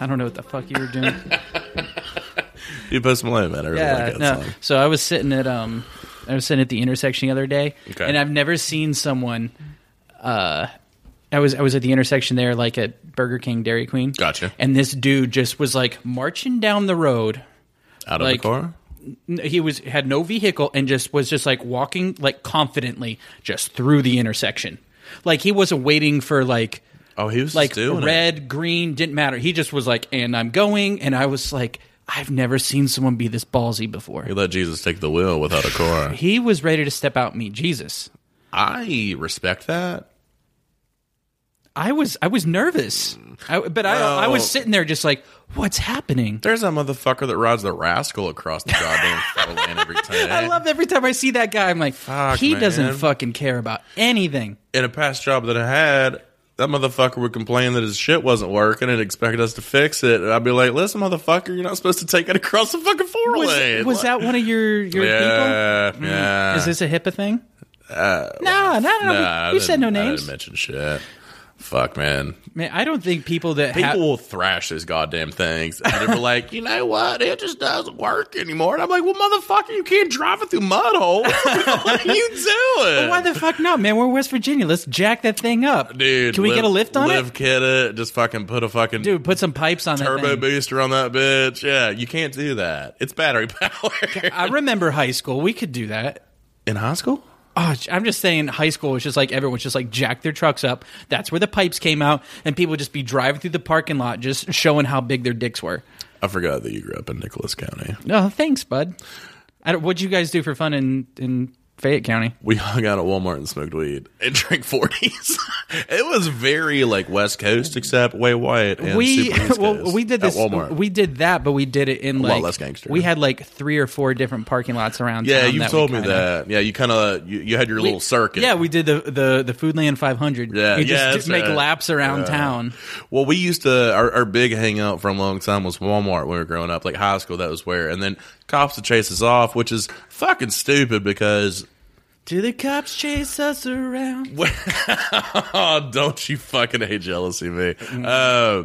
I don't know what the fuck you were doing. You Post Malone, man. I really yeah, like that no. song. So I was sitting at um, I was sitting at the intersection the other day, Okay. and I've never seen someone. Uh, I was I was at the intersection there, like at Burger King, Dairy Queen. Gotcha. And this dude just was like marching down the road. Out like- of the car? N- He was had no vehicle and just was just like walking like confidently just through the intersection, like he wasn't waiting for like Oh, he was just like doing it. red, green, didn't matter. He just was like, and I'm going, and I was like, I've never seen someone be this ballsy before. He let Jesus take the wheel without a car. He was ready to step out and meet Jesus. I respect that. I was I was nervous, I, but I I Well- was sitting there just like, what's happening? There's that motherfucker that rides the rascal across the goddamn four lane every time. I love every time I see that guy. I'm like, Fuck, he man. doesn't fucking care about anything. in a past job that I had, that motherfucker would complain that his shit wasn't working and expected us to fix it. And I'd be like, listen, motherfucker, you're not supposed to take it across the fucking four Was, lane. was that one of your your people? Yeah, yeah. Is this a HIPAA thing? no, no, no. Nah, I we, we didn't- said no I didn't names. mention shit. Fuck, man. Man, I don't think people that People have will thrash these goddamn things. And they were like, you know what? It just doesn't work anymore. And I'm like, well, motherfucker, you can't drive it through mud holes. what are you doing? Why the fuck not, man? We're West Virginia. Let's jack that thing up, Dude, Can we live- get a lift on live it, kid it. Just fucking put a fucking dude? Put some pipes on that turbo thing. booster on that bitch. Yeah, you can't do that. It's battery powered. I remember high school. We could do that. In high school? Oh, j- I'm just saying, high school was just like everyone's just like jacked their trucks up. That's where the pipes came out, and people would just be driving through the parking lot, just showing how big their dicks were. I forgot that you grew up in Nicholas County. No, thanks, bud. I don't, what'd you guys do for fun in in Fayette County? We hung out at Walmart and smoked weed and drank 40s. it was very like West Coast, except way white. And we super East well, Coast we did this. At Walmart. We did that, but we did it in lot like less gangster. we had like three or four different parking lots around. yeah, town you that we told me kinda- that. Yeah, you kind of you, you had your little circuit. Yeah, we did the the the Foodland 500. Yeah, you just yeah, d- that's make right. laps around town. Well, we used to our, our big hangout for a long time was Walmart when we were growing up, like high school. That was where, and then cops would chase us off, which is fucking stupid because Do the cops chase us around? oh, don't you fucking hate jealousy me? Uh,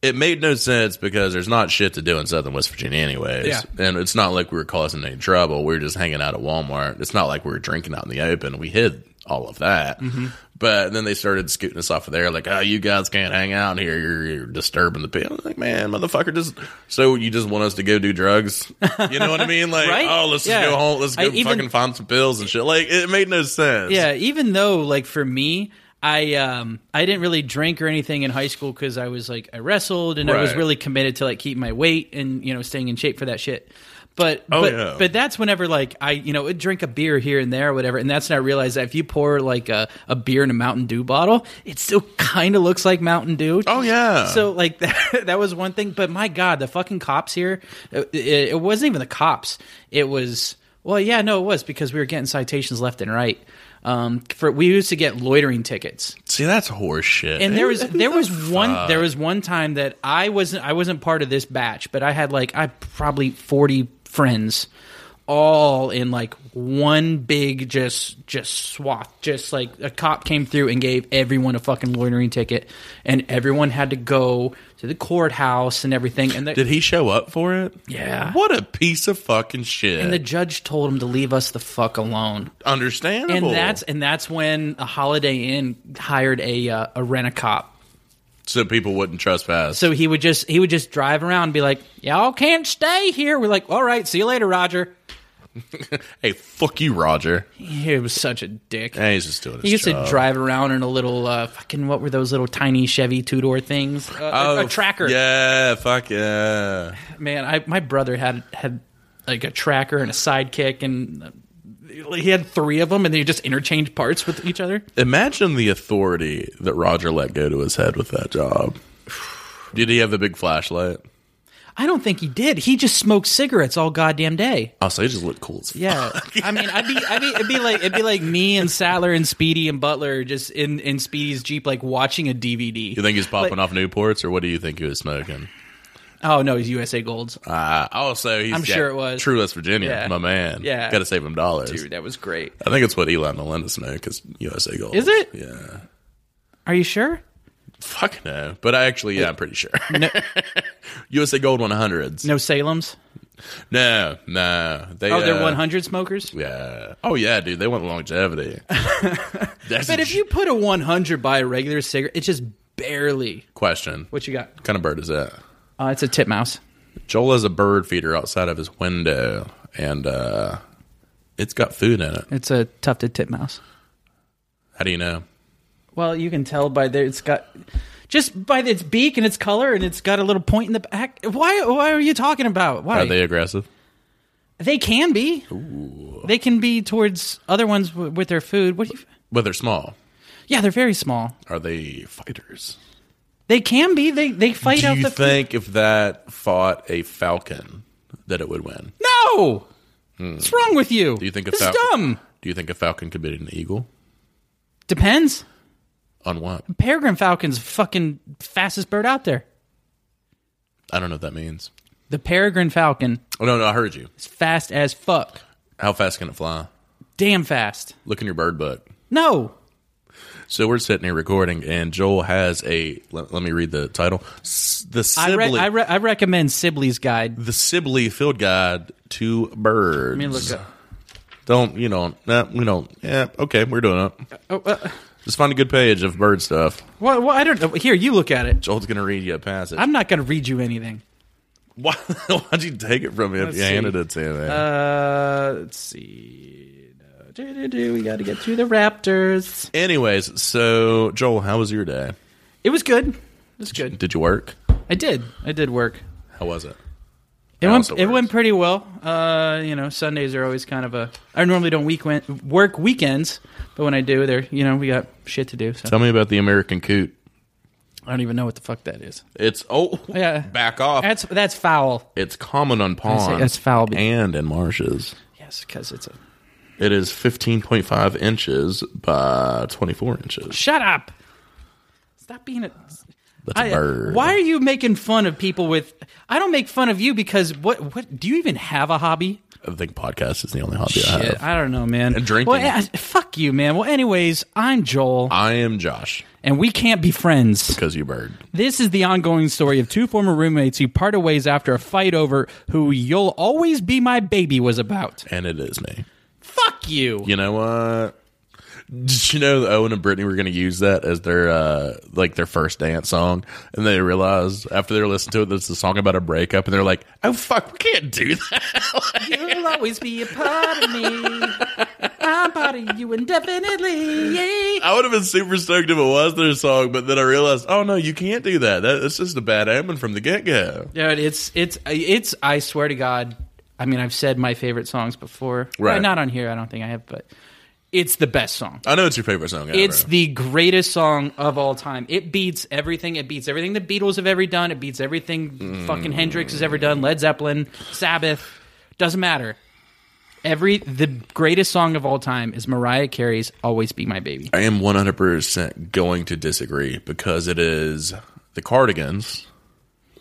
it made no sense because there's not shit to do in Southern West Virginia, anyways. Yeah. And it's not like we were causing any trouble. We were just hanging out at Walmart. It's not like we were drinking out in the open. We hid all of that. Mm-hmm. But then they started scooting us off of there, like, oh, you guys can't hang out here. You're, you're disturbing the people. I'm like, man, motherfucker, just so you just want us to go do drugs? You know what I mean? Like, Right? oh, let's Yeah. just go home. Let's go I even- fucking find some pills and shit. Like, it made no sense. Yeah, even though like for me, I um I didn't really drink or anything in high school because I was like I wrestled and I was Right. really committed to like keep my weight and you know staying in shape for that shit. But but Oh, yeah. but that's whenever like I you know would drink a beer here and there or whatever, and that's when I realized that if you pour like a, a beer in a Mountain Dew bottle, it still kind of looks like Mountain Dew. Oh, yeah. So like that, that was one thing, but my god, the fucking cops here. It, it, it wasn't even the cops. It was well, yeah, no, it was because we were getting citations left and right. Um, for we used to get loitering tickets, See, that's horse shit. and there was Who- who there the was fuck? one there was one time that I wasn't I wasn't part of this batch, but I had like I probably forty friends, all in like one big just just swath. Just like a cop came through and gave everyone a fucking loitering ticket, and everyone had to go to the courthouse and everything. And the, Did he show up for it? Yeah. What a piece of fucking shit. and the judge told him to leave us the fuck alone. Understandable. And that's and that's when a Holiday Inn hired a uh, a rent a cop. so people wouldn't trespass. So he would just he would just drive around and be like, "Y'all can't stay here." We're like, "All right, see you later, Roger." hey, fuck you, Roger. He was such a dick. Hey, he's just doing his he used job. to drive around in a little uh, fucking what were those little tiny Chevy two door things? Uh, a- a, tracker. Oh, Yeah, fuck yeah. Man, I my brother had had like a tracker and a sidekick and. uh, He had three of them, and they just interchanged parts with each other. Imagine the authority that Roger let go to his head with that job. Did he have the big flashlight? I don't think he did. He just smoked cigarettes all goddamn day. Also, he just looked cool as fuck. Yeah, I mean, I'd be, I'd be, it'd be like, it'd be like me and Sattler and Speedy and Butler just in in Speedy's jeep, like watching a DVD. You think he's popping Like- off Newports, or what do you think he was smoking? Oh no, he's USA Golds. Uh, also, he's I'm yeah, sure it was. True West Virginia, Yeah. my man. Yeah. Gotta save him dollars. Dude, that was great. I think it's what Elon Melinda smoked because USA Gold. Is it? Yeah. Are you sure? Fuck no. But I actually, yeah, I'm pretty sure. USA Gold 100s. No Salem's. No, no. They, Oh, they're uh, 100 smokers. Yeah. Oh, yeah, dude. They want longevity. That's But if you put a 100 by a regular cigarette, it's just barely. question. What What you got? kind of bird is that? Uh, it's a titmouse. Joel has a bird feeder outside of his window, and uh, it's got food in it. It's a tufted titmouse. How do you know? Well, you can tell by there. It's got just by its beak and its color, and it's got a little point in the back. Why? Why are you talking about? Why Are they aggressive? They can be. They can be towards other ones w- with their food. What do you? But they're small. Yeah, they're very small. Are they fighters? They can be. They they fight Do out you the think if that fought a falcon that it would win? No. What's wrong with you? Hmm. Do you think a it's falcon? dumb? Do you think a falcon could beat an eagle? Depends. On what? Peregrine falcon's fucking fastest bird out there. I don't know what that means. The peregrine falcon Oh no, no, I heard you. is fast as fuck. How fast can it fly? Damn fast. Look in your bird book. No. So we're sitting here recording, and Joel has a. Let, let me read the title. S- the I, Sibley, re- I, re- I recommend Sibley's Guide. the Sibley Field Guide to Birds. Let me look up. Don't you know? Nah, we don't. Yeah, okay, we're doing it. Oh, uh, Just find a good page of bird stuff. well, well, I don't know. Here, you look at it. Joel's gonna read you a passage. I'm not going to read you anything. Why, why'd you take it from him? Let's you handed see. it to me. Uh, let's see. No, do-do-do, We got to get through the Raptors. Anyways, so Joel, how was your day? It was good. It was good. Did you work? I did. I did work. How was it? It That went. also It went works. pretty well. Uh, you know, Sundays are always kind of a. I normally don't weekend work weekends, but when I do, there, you know, we got shit to do. So Tell me about the American coot. I don't even know what the fuck that is. It's oh Yeah. back off. That's that's foul. it's common on say ponds that's foul, but- and in marshes. Yes, because it's a. It is fifteen point five inches by twenty four inches. Shut up. Stop being a. That's a I- uh, bird. Why are you making fun of people with? I don't make fun of you because what? What do you even have a hobby? I think podcast is the only hobby I have. I don't know, man. Uh, And drinking. Well, eh, fuck you, man. Well, anyways, I'm Joel, I am Josh and we can't be friends. because you bird. This is the ongoing story of two former roommates who parted ways after a fight over who "You'll Always Be My Baby" was about. And it is me. Fuck you. You know what? Did you know that Owen and Brittany were going to use that as their uh, like their first dance song, and they realized after they listened to it that it's a song about a breakup, and they're like, "Oh fuck, we can't do that." You'll always be a part of me. I'm part of you indefinitely. Yay. I would have been super stoked if it was their song, but then I realized, oh no, you can't do that. that that's just a bad omen from the get go. Dude, it's it's it's. I swear to God, I mean, I've said my favorite songs before. Right. Uh, Not on here. I don't think I have, but it's the best song. I know it's your favorite song. Ever. It's the greatest song of all time. It beats everything. It beats everything the Beatles have ever done. It beats everything fucking Hendrix has ever done. Led Zeppelin, Sabbath, doesn't matter. Every the greatest song of all time is Mariah Carey's "Always Be My Baby." I am one hundred percent going to disagree because it is the Cardigans.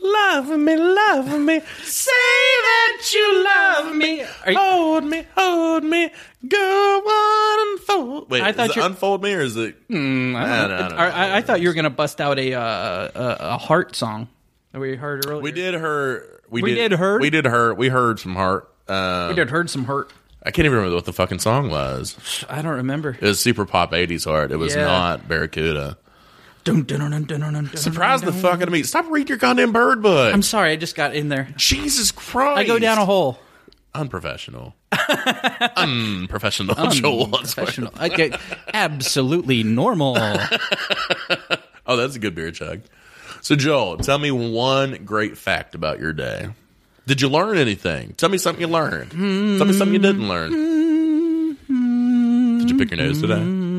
Love me, love me, say that you love me. Are you- hold me, hold me, go on unfold. Wait, I I thought thought Hmm, is it you're- unfold me or is it? Nah, nah, nah, I, I, I thought you were gonna bust out a uh, a, a heart song that we heard earlier. we did her. We, We did her? We did her. We heard some heart. Uh, We did heard some hurt. I can't even remember what the fucking song was. I don't remember. It was super pop '80s heart. It was Yeah. not Barracuda. Dun, dun, dun, dun, dun, dun, dun, Surprise the dun, dun. fuck out of me! Stop reading your goddamn bird book. I'm sorry, I just got in there. Jesus Christ! I go down a hole. unprofessional. unprofessional. Joel Wadsworth. Professional. I get absolutely normal. Oh, that's a good beer chug. So, Joel, tell me one great fact about your day. Did you learn anything? Tell me something you learned. Tell me something you didn't learn. Did you pick your nose today? I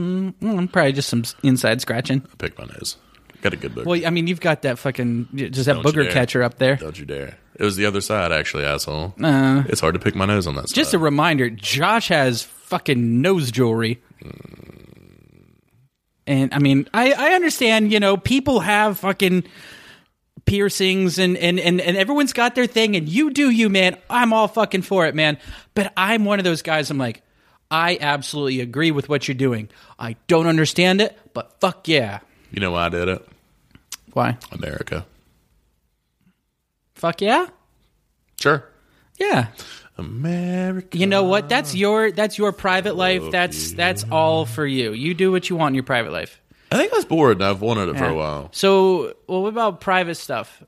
Mm, Probably just some s- inside scratching. picked my nose. Got a good book. Well, I mean, you've got that fucking just that you booger dare. catcher up there. Don't you dare. It was the other side, actually, asshole. Uh, It's hard to pick my nose on that side. just a reminder: Josh has fucking nose jewelry. Hmm. And I mean, I, I understand. You know, people have fucking piercings, and, and and and everyone's got their thing, and you do you, man. I'm all fucking for it, man. But I'm one of those guys. I'm like, I absolutely agree with what you're doing. I don't understand it, but fuck yeah. you know why I did it? Why? America. Fuck yeah. Sure. Yeah. America. You know what? That's your that's your Oh, private life. That's that's all for you. You do what you want in your private life. I think I was bored and I've wanted it for a while. So, well, what about private stuff?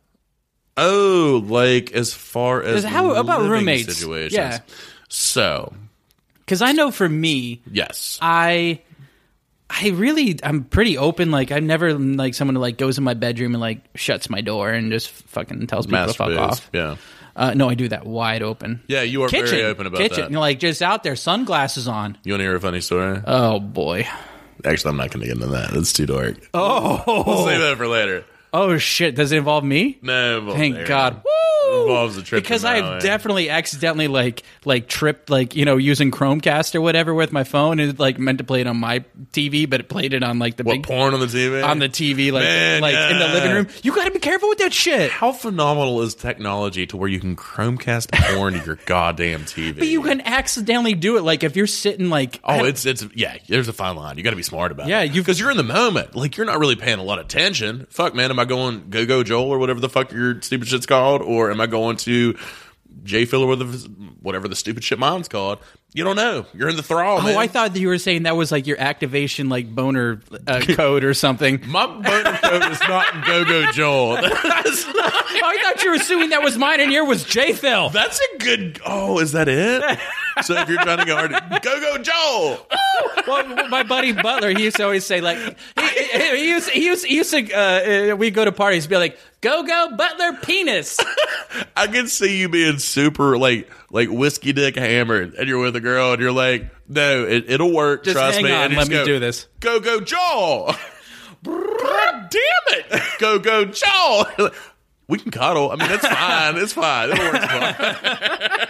Oh, like as far as Is- how about living roommates? situations. Yeah. So Because I know for me, yes, I I really I'm pretty open. Like I've never like someone who like goes in my bedroom and like shuts my door and just fucking tells people to mass fuck biz. off. Yeah, Uh, no, I do that wide open. yeah. You are Kitchen, very open about kitchen, that. like just out there, sunglasses on. you want to hear a funny story? Oh boy. Actually, I'm not going to get into that. It's too dark. Oh, we'll save that for later. Oh shit! Does it involve me? No, well, Thank there. God. It Woo! involves a trip to because Maui. I've definitely accidentally like like tripped like you know using Chromecast or whatever with my phone and it, like meant to play it on my TV, but it played it on like the What big porn on the TV? on the TV like Man, like in the yeah. living room. You got to be careful with that shit. How phenomenal is technology to where you can Chromecast porn to your goddamn TV? But you can accidentally do it. Like if you're sitting like I Oh, had- it's it's yeah. There's a fine line. You got to be smart about Yeah, it. you've- because you're in the moment. Like you're not really paying a lot of attention. Fuck, man. Am I going Go Go Joel or whatever the fuck your stupid shit's called, or am I going to J Phil or whatever the- whatever the stupid shit mine's called? You don't know. You're in the thrall, man. oh I thought that you were saying that was like your activation like boner uh, code or something. My boner code is not Go Go Joel. That's, not- I thought you were assuming that was mine and your was J Phil. that's a good. Oh, is that it? So if you're trying to go hard, Go Go Joel. well, my buddy Butler, he used to always say like he, he, he used he used he used to uh, uh, we go to parties be like go go Butler penis. I can see you being super like like whiskey dick hammered, and you're with a girl, and you're like, no, it, it'll work. Just trust hang me. on, and you let just me go, do this. Go go jaw. God damn it! Go go jaw. We can cuddle. I mean, that's fine. It's fine. It'll work fine.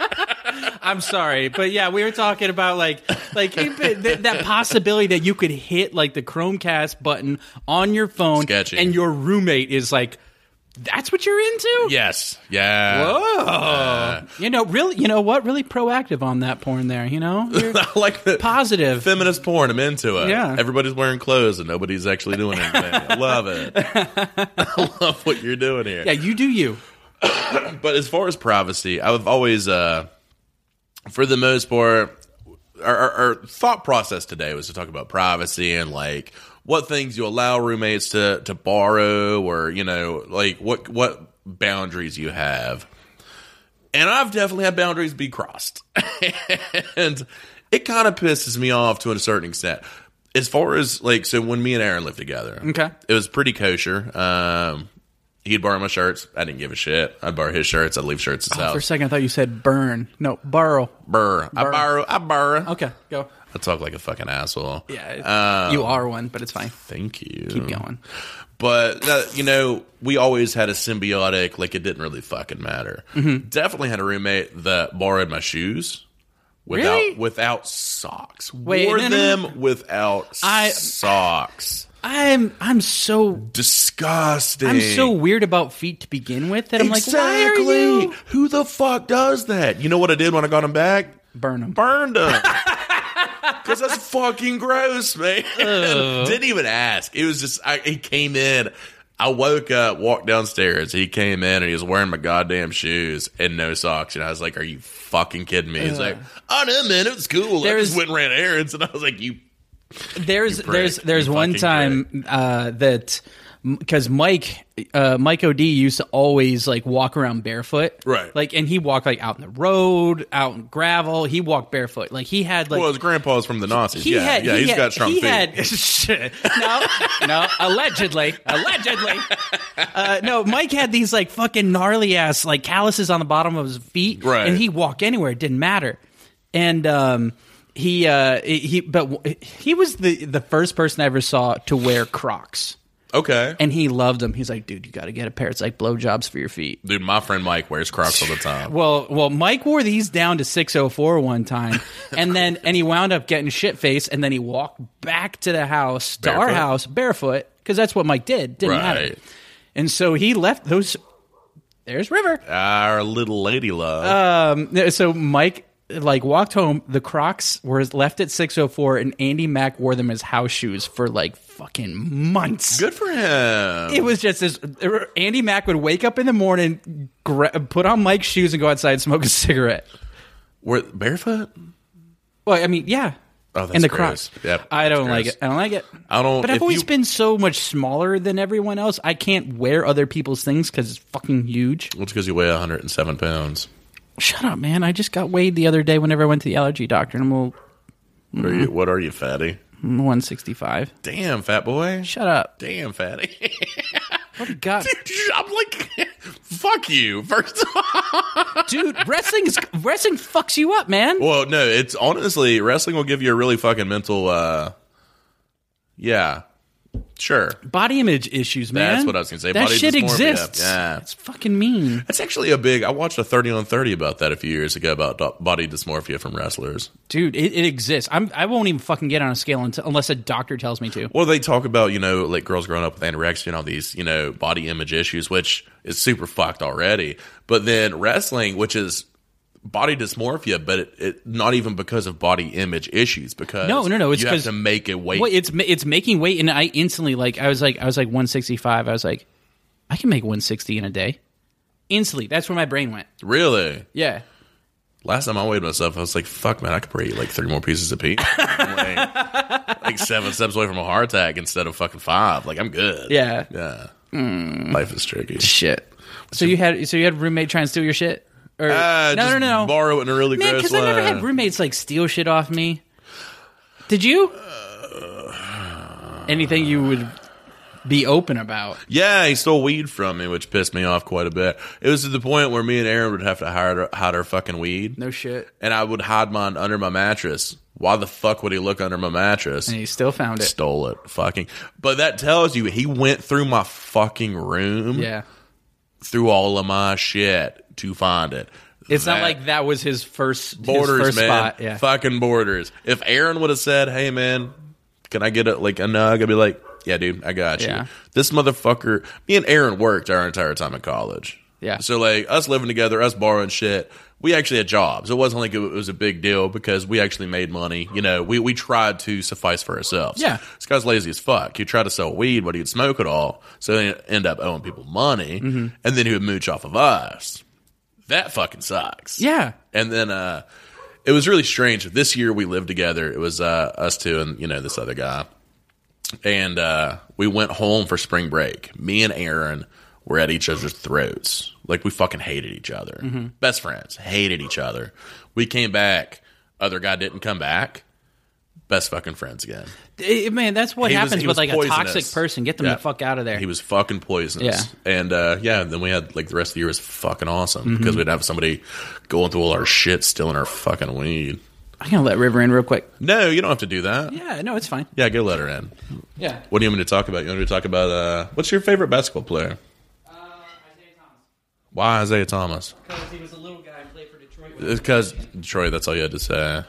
I'm sorry, but yeah, we were talking about like like it- th- that possibility that you could hit like the Chromecast button on your phone, Sketchy. and your roommate is like, "That's what you're into." yes. Yeah. Oh, you know, really, you know what? Really proactive on that porn there. You know, You're I like that. positive. Feminist porn. I'm into it. Yeah. Everybody's wearing clothes and nobody's actually doing anything. I love it. I love what you're doing here. yeah, you do you. But as far as privacy, I've always, uh, for the most part, our, our, our thought process today was to talk about privacy and like what things you allow roommates to to borrow, or you know, like what what boundaries you have. And I've definitely had boundaries be crossed, and it kind of pisses me off to a certain extent. As far as like, so when me and Aaron lived together, Okay. it was pretty kosher. Um, he'd borrow my shirts. I didn't give a shit. I'd borrow his shirts. I'd leave shirts at his Oh, For a house. second, I thought you said burn. No, borrow. Burr. I borrow. I borrow. Okay, go. I talk like a fucking asshole. Um, Yeah, you are one, but it's fine. Thank you. Keep going. But, uh, you know, we always had a symbiotic, like, it didn't really fucking matter. Mm-hmm. Definitely had a roommate that borrowed my shoes. Without Really? without socks, Wait, wore no, no, them no. without I- socks. I'm I'm so Disgusting. I'm so weird about feet to begin with that I'm like, why are you Who the fuck does that? You know what I did when I got him back? burn them? Burned him. Because that's fucking gross, man. Didn't even ask. It was just, I, he came in. I woke up, walked downstairs. He came in and he was wearing my goddamn shoes and no socks. And I was like, Are you fucking kidding me? He's like, I know, man. It was cool. I There's- just went and ran errands. And I was like, You. There's prick. there's there's You one fucking time uh, that because Mike uh, Mike Od used to always like walk around barefoot, Right. Like, and he walked like out in the road, out in gravel. He walked barefoot. Like he had like Well, his grandpa's from the Nazis. he yeah, had yeah, he has had, got strong he feet. had shit. no no allegedly allegedly uh, no Mike had these like fucking gnarly ass like calluses on the bottom of his feet Right. and he walked anywhere it didn't matter and um he uh he but w- he was the the first person I ever saw to wear Crocs okay. and he loved them he's like dude you got to get a pair it's like blowjobs for your feet Dude, my friend Mike wears Crocs all the time. well, well, Mike wore these down to 604 one time, and then and he wound up getting shit faced, and then he walked back to the house, to our Barefoot? house, barefoot, because that's what Mike did. Didn't matter. Right. And so he left those. There's River. Uh, Our little lady love. Um, so Mike like walked home. The Crocs were left at six oh four, and Andy Mack wore them as house shoes for like fucking months. Good for him. It was just this. Andy Mack would wake up in the morning, gra- put on Mike's shoes, and go outside and smoke a cigarette. Were barefoot? Well, I mean, yeah. Oh, that's and the gross. Crocs. Yep, I that's don't like gross. it. I don't like it. I don't- But I've if always you- been so much smaller than everyone else. I can't wear other people's things because it's fucking huge. Well, it's because you weigh 107 pounds. Shut up, man. I just got weighed the other day whenever I went to the allergy doctor, and I'm all- What Are you, what are you, fatty? I'm 165. Damn, fat boy. Shut up. Damn, fatty. Oh, God, I'm like, fuck you. First of all, dude, wrestling is wrestling fucks you up, man. well, no, it's honestly wrestling will give you a really fucking mental. uh Yeah, sure. Body image issues, man. That's what I was gonna say. That Body shit dysmorphia. exists. Yeah. It's fucking mean, That's actually a big. I watched a 30 on 30 about that a few years ago about do- body dysmorphia from wrestlers. dude. It, it exists. I'm. I won't even fucking get on a scale until, unless a doctor tells me to. Well, they talk about you know like girls growing up with anorexia and all these you know body image issues, which is super fucked already. But then wrestling, which is body dysmorphia, but it, it not even because of body image issues because No, no, no, it's you have 'cause- to make a weight. Well, it's ma- it's making weight, and I instantly like I was like I was like 165. I was like, I can make 160 in a day. Instantly, that's where my brain went. really? Yeah, Last time I weighed myself, I was like, "Fuck, man, I could probably eat like three more pieces of pizza." I'm like, like seven steps away from a heart attack instead of fucking five. Like I'm good. yeah, Hmm. yeah. Life is tricky. shit. So you had so you had roommate trying to steal your shit? Or, Uh, no, just no, no, no, Borrow it in a really man, gross because way. I never had roommates like steal shit off me. Did you? Uh, Anything you would be open about? Yeah, he stole weed from me, which pissed me off quite a bit. It was to the point where me and Aaron would have to hide our, hide our fucking weed, No shit. and I would hide mine under my mattress. Why the fuck would he look under my mattress? And you still found it. Stole it, fucking. But that tells you he went through my fucking room, Yeah. through all of my shit to find it. It's not That- like that was his first his borders, first man. spot. Yeah. Fucking borders. If Aaron would have said, "Hey, man, can I get a, like a nug?" I'd be like, "Yeah, dude, I got you." Yeah. This motherfucker. Me and Aaron worked our entire time in college. Yeah. So like us living together, us borrowing shit. We actually had jobs. It wasn't like it was a big deal because we actually made money. You know, we, we tried to suffice for ourselves. Yeah. This guy's lazy as fuck. He'd try to sell weed, but he'd smoke it all. So he'd end up owing people money. Mm-hmm. And then he would mooch off of us. That fucking sucks. Yeah. And then uh it was really strange. This year we lived together. It was uh us two and you know this other guy. And uh we went home for spring break. Me and Aaron were at each other's throats. Like we fucking hated each other. Best friends, hated each other. We came back, other guy didn't come back. Best fucking friends again. Eh, man, that's what He was- happens he was with like a toxic poisonous. person. Get them Yeah. the fuck out of there. He was fucking poisonous. And uh, yeah, then we had like the rest of the year was fucking awesome because we'd have somebody going through all our shit, stealing our fucking weed. I'm gonna let River in real quick. No, you don't have to do that. Yeah, no, it's fine. Yeah, get a letter in. Yeah. What do you want me to talk about? You want me to talk about uh, what's your favorite basketball player? Why Isaiah Thomas? Because he was a little guy and played for Detroit. Because Troy, that's all you had to say.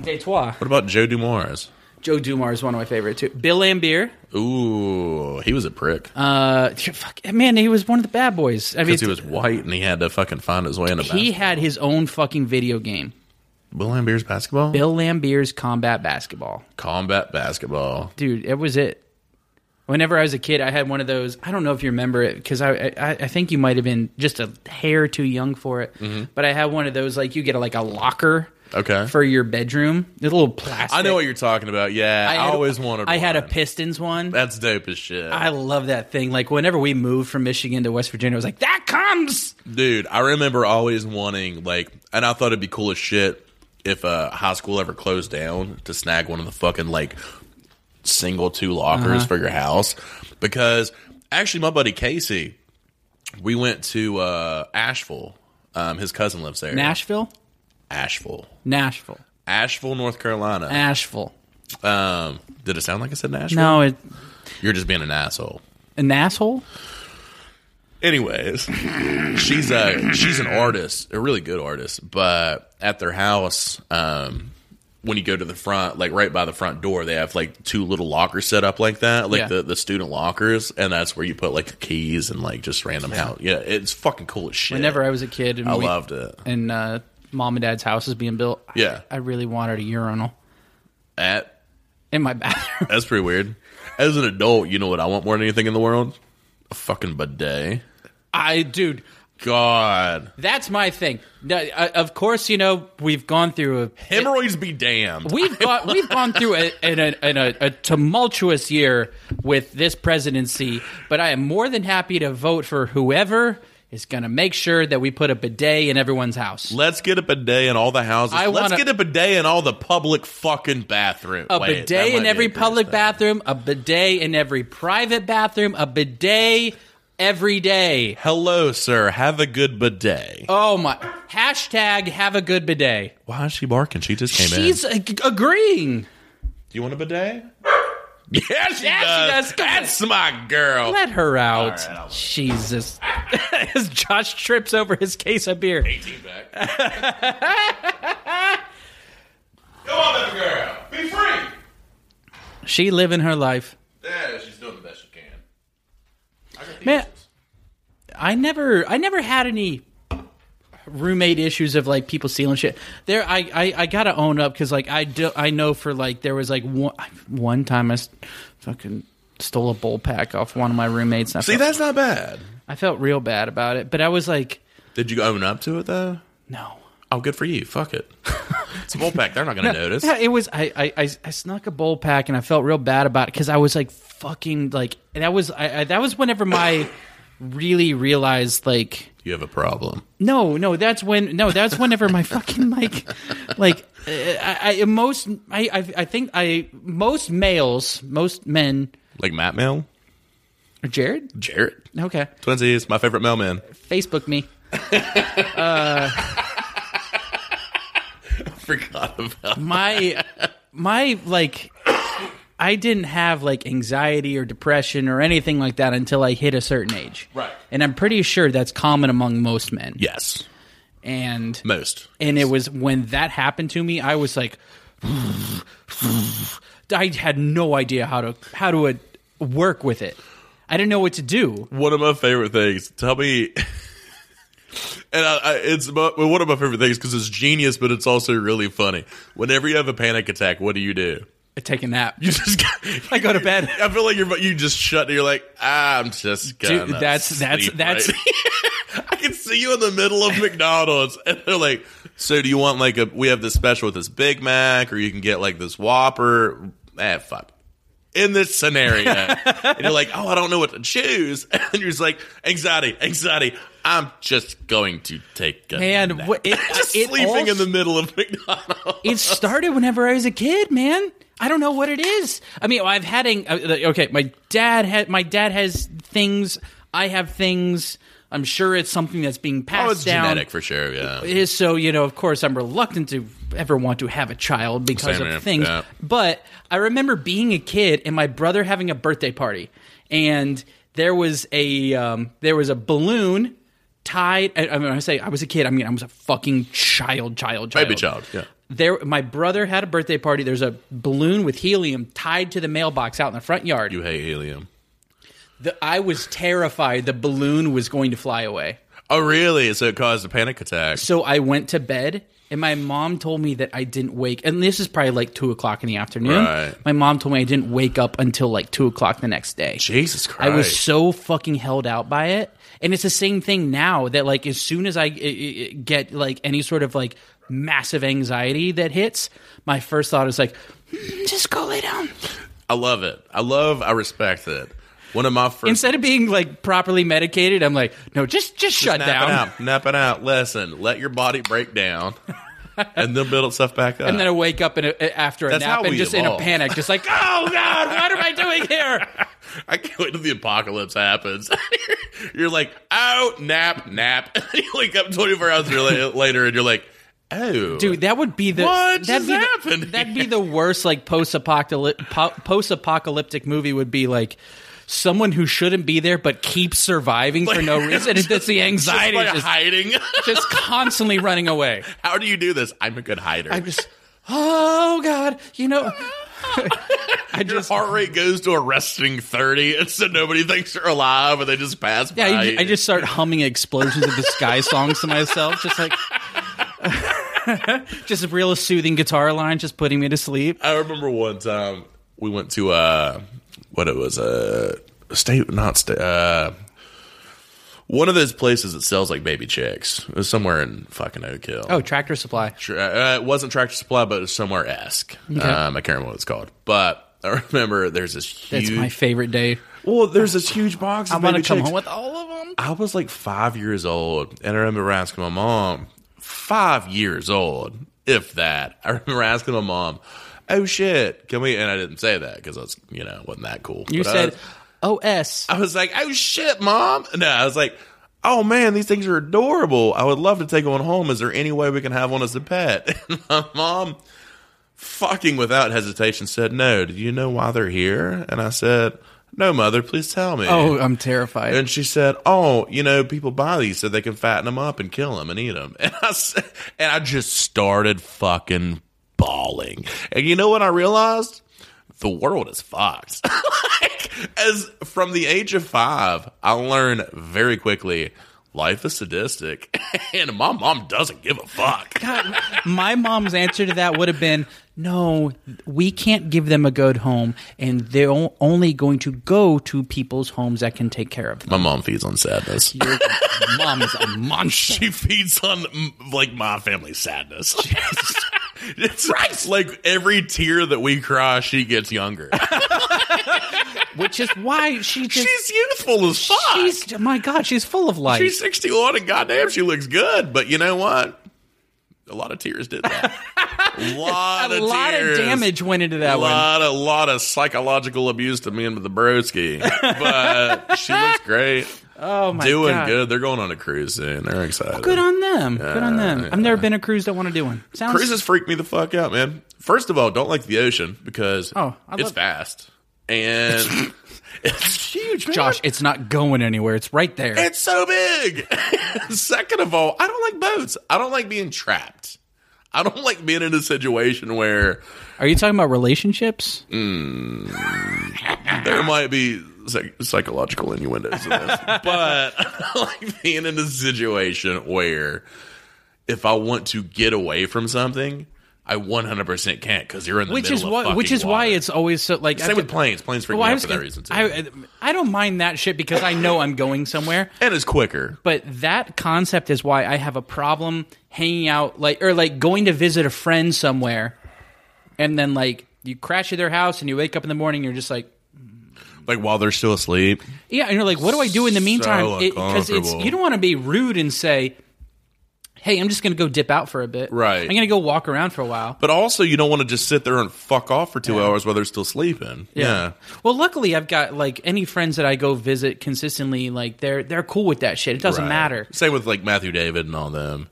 Detroit. What about Joe Dumars? Joe Dumars is one of my favorite too. Bill Lambier. Ooh, he was a prick because Uh, fuck, man, he was one of the bad boys. I mean, he was white and he had to fucking find his way in a he basket. had his own fucking video game. Bill Lambier's basketball, Bill Lambier's Combat Basketball. combat basketball. Dude, it was it. Whenever I was a kid, I had one of those. I don't know if you remember it because I, I I think you might have been just a hair too young for it. Mm-hmm. But I had one of those like you get like a locker Okay. for your bedroom, a little plastic. I know what you're talking about. Yeah, I, had- always wanted. I had a one. Pistons one. That's dope as shit, I love that thing. Like whenever we moved from Michigan to West Virginia, I was like, that comes. dude. I remember always wanting like, and I thought it'd be cool as shit if uh, high school ever closed down to snag one of the fucking like single two lockers for your house because actually my buddy Casey, we went to uh, Asheville. Um, his cousin lives there. Nashville, Asheville, Nashville, Asheville, North Carolina. Asheville. Um, did it sound like I said Nashville? No, it, You're just being an asshole. an asshole. Anyways, she's a she's an artist, a really good artist. But at their house, um, when you go to the front, like right by the front door, they have like two little lockers set up like that, like Yeah. the, the student lockers, and that's where you put like your keys and like just random house. Yeah, it's fucking cool as shit. Whenever I was a kid, and I we- loved it. and uh, mom and dad's house is being built. I- Yeah. I, really wanted a urinal That, in my bathroom. that's pretty weird. As an adult, you know what I want more than anything in the world? A fucking bidet. I, dude, God. that's my thing. Now, I- of course, you know we've gone through a Hemorrhoids be damned. We've got we've gone through a, an, a, an, a, a tumultuous year with this presidency, but I am more than happy to vote for whoever is going to make sure that we put a bidet in everyone's house. Let's get a bidet in all the houses. I Let's wanna- get a bidet in all the public fucking bathrooms. A bidet in every public bathroom, a bidet in every private bathroom, a bidet every day. Hello, sir. Have a good bidet. Oh my! Hashtag have a good bidet. Why is she barking? She just came in. She's ag- agreeing. Do you want a bidet? yeah, she Yeah, she does. does. Come on. That's my girl. Let her out. right, I'll- Jesus. As Josh trips over his case of beer. 18 back. Come on, little girl. Be free. She living her life. Yeah, she's doing the best she can. I got the Man- answers. I never I never had any roommate issues of like people stealing shit. There I I, I gotta own up because like I do I know for like there was like one one time I s- fucking stole a bowl pack off one of my roommates. And I See, felt, that's not bad. I felt real bad about it, but I was like, Did you own up to it, though? no. Oh, good for you. Fuck it. It's a bull pack. They're not going to notice. Yeah, it was. I, I I I snuck a bowl pack and I felt real bad about it because I was like fucking like that was I, I that was whenever my really realized like You have a problem. No, no, that's when. No, that's whenever my fucking like, like, uh, I, I most I, I I think I most males, most men, Like Matt Mail? or Jared. Jarrett? Okay, Twinsies, my favorite mailman. Facebook me. Forgot about My my like, I didn't have like anxiety or depression or anything like that until I hit a certain age. Right. and I'm pretty sure that's common among most men. Yes. and Most. And it was when that happened to me, I was like, I had no idea how to how to uh, work with it. I didn't know what to do. One of my favorite things. Tell me. And I, I, it's mo- well, one of my favorite things because it's genius, but it's also really funny. Whenever you have a panic attack, what do you do? I take a nap. You just got, I go to bed. I feel like you're you just shut. You're like I'm just gonna Dude, that's that's sleep that's right I can see you in the middle of McDonald's, and they're like, "So, do you want like a? We have this special with this Big Mac, or you can get like this Whopper." Ah, fuck. In this scenario, and you're like, "Oh, I don't know what to choose," and you're just like, "Anxiety, anxiety." I'm just going to take a man. nap." What, it, just it sleeping all- in the middle of McDonald's. it started whenever I was a kid, man. I don't know what it is. I mean, I've had ang- uh, like, okay. My dad had my dad has things. I have things. I'm sure it's something that's being passed Oh, it's down. genetic for sure. Yeah, is so you know of course i'm reluctant to ever want to have a child because Same here, of things yeah. but i remember being a kid and my brother having a birthday party and there was a um, there was a balloon tied i, I mean when i say i was a kid i mean i was a fucking child child child Baby child, yeah. there my brother had a birthday party there's a balloon with helium tied to the mailbox out in the front yard you hate helium. The- i was terrified the balloon was going to fly away Oh, really? So it caused a panic attack. So I went to bed, and my mom told me that I didn't wake. And this is probably like two o'clock in the afternoon. Right. My mom told me I didn't wake up until like two o'clock the next day. Jesus I Christ! was so fucking held out by it, and it's the same thing now. That like as soon as I I- I- get like any sort of like massive anxiety that hits, my first thought is like, "Hmm, just go lay down. I love it. I love. I respect it. One of my first Instead of being like properly medicated, I'm like, no, just just, shut nap down. it out, nap it out. Listen, let your body break down, and then build itself back up. And then I wake up in a, after a That's how nap and we just in a evolve. panic, just like, oh god, what am I doing here? I can't wait till the apocalypse happens. you're like, oh, nap, nap. And you wake up 24 hours la- later, and you're like, oh, Dude, that would be the What just that'd be The, happened that'd be the worst like post apocalyptic post apocalyptic movie would be like someone who shouldn't be there but keeps surviving for no reason. It's just the Just anxiety like just, hiding. just constantly running away. How do you do this? I'm a good hider. I'm just oh god, you know. I your just heart rate goes to a resting 30, and so nobody thinks you're alive, and they just pass Yeah, by. I, you. I just start humming "Explosions of the Sky" songs to myself, just like just a real soothing guitar line, just putting me to sleep. I remember one time we went to uh what it was uh state not state uh one of those places that sells like baby chicks. It was somewhere in fucking Oak Hill. Oh, Tractor Supply. Tra- uh, it wasn't Tractor Supply, but it was somewhere esque. Um, I can't remember what it's called, but I remember there's this That's huge. my favorite day. well, there's this huge box. Of I want to baby come chicks. home with all of them. I was like five years old, and I remember asking my mom, five years old, if that. I remember asking my mom, "Oh shit, can we?" And I didn't say that because I was, you know, wasn't that cool. You But I said was- OS. I was like, "Oh shit, mom!" No, I was like, "Oh man, these things are adorable. I would love to take one home. Is there any way we can have one as a pet?" And my mom, fucking without hesitation, said, "No. Do you know why they're here?" And I said, "No, mother. Please tell me." Oh, I'm terrified. And she said, "Oh, you know, people buy these so they can fatten them up and kill them and eat them." And I s- and I just started fucking bawling. And you know what I realized? The world is fucked. like, as from the age of five, I learned very quickly life is sadistic, and my mom doesn't give a fuck. God, my mom's answer to that would have been no we can't give them a good home and they're o- only going to go to people's homes that can take care of them My mom feeds on sadness. your mom is a monster She feeds on mm, like my family's sadness. it's like every tear that we cry, she gets younger. which is why she just She's youthful as fuck. She's, she's my god she's full of life 61 and goddamn, she looks good. But you know what? A lot of tears did that. a a lot of lot tears. of damage went into that A one lot, a lot of psychological abuse to me and the broski. But she looks great. oh my Doing god good. They're going on a cruise soon. They're excited. good on them good on them Yeah, i've never been a cruise don't want to do one sounds Cruises freak me the fuck out, man. First of all, don't like the ocean because Oh, I it's love- fast and it's huge, man. josh it's not going anywhere it's right there It's so big. Second of all, I don't like boats. I don't like being trapped. I don't like being in a situation where are you talking about relationships Mm, there might be psych- psychological innuendos in this, but I like being in a situation where if I want to get away from something, I 100% can't because you're in the which middle is of why fucking which is why water. it's always so like I same feel- with planes. Planes freak Well, me I out was for that gonna, reason too. I, I don't mind that shit because I know I'm going somewhere. and it's quicker. But that concept is why I have a problem hanging out like or like going to visit a friend somewhere, and then like you crash at their house and you wake up in the morning and you're just like. Like while they're still asleep, Yeah, and you're like, what do I do in the meantime? Because it's uncomfortable. you don't want to be rude and say, "Hey, I'm just going to go dip out for a bit. Right. I'm going to go walk around for a while." but also you don't want to just sit there and fuck off for two hours while they're still sleeping. yeah. Well, luckily, I've got like any friends that I go visit consistently. Like they're they're cool with that shit. It doesn't Right. matter. Same with like Matthew David and all them.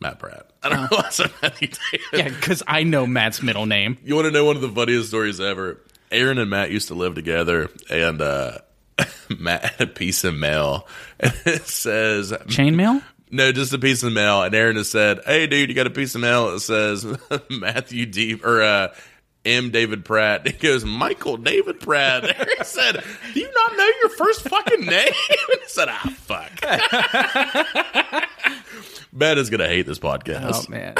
Matt Pratt. I don't know. why I said Matthew David. Yeah, because I know Matt's middle name. You want to know one of the funniest stories ever? Aaron and Matt used to live together, and uh, Matt had a piece of mail. And it says, Chainmail? No, just a piece of mail. And Aaron has said, Hey, dude, you got a piece of mail that says Matthew D. or uh, M. David Pratt. He goes, Michael David Pratt. Aaron said, Do you not know your first fucking name? And he said, Ah, fuck. Matt is going to hate this podcast. Oh man.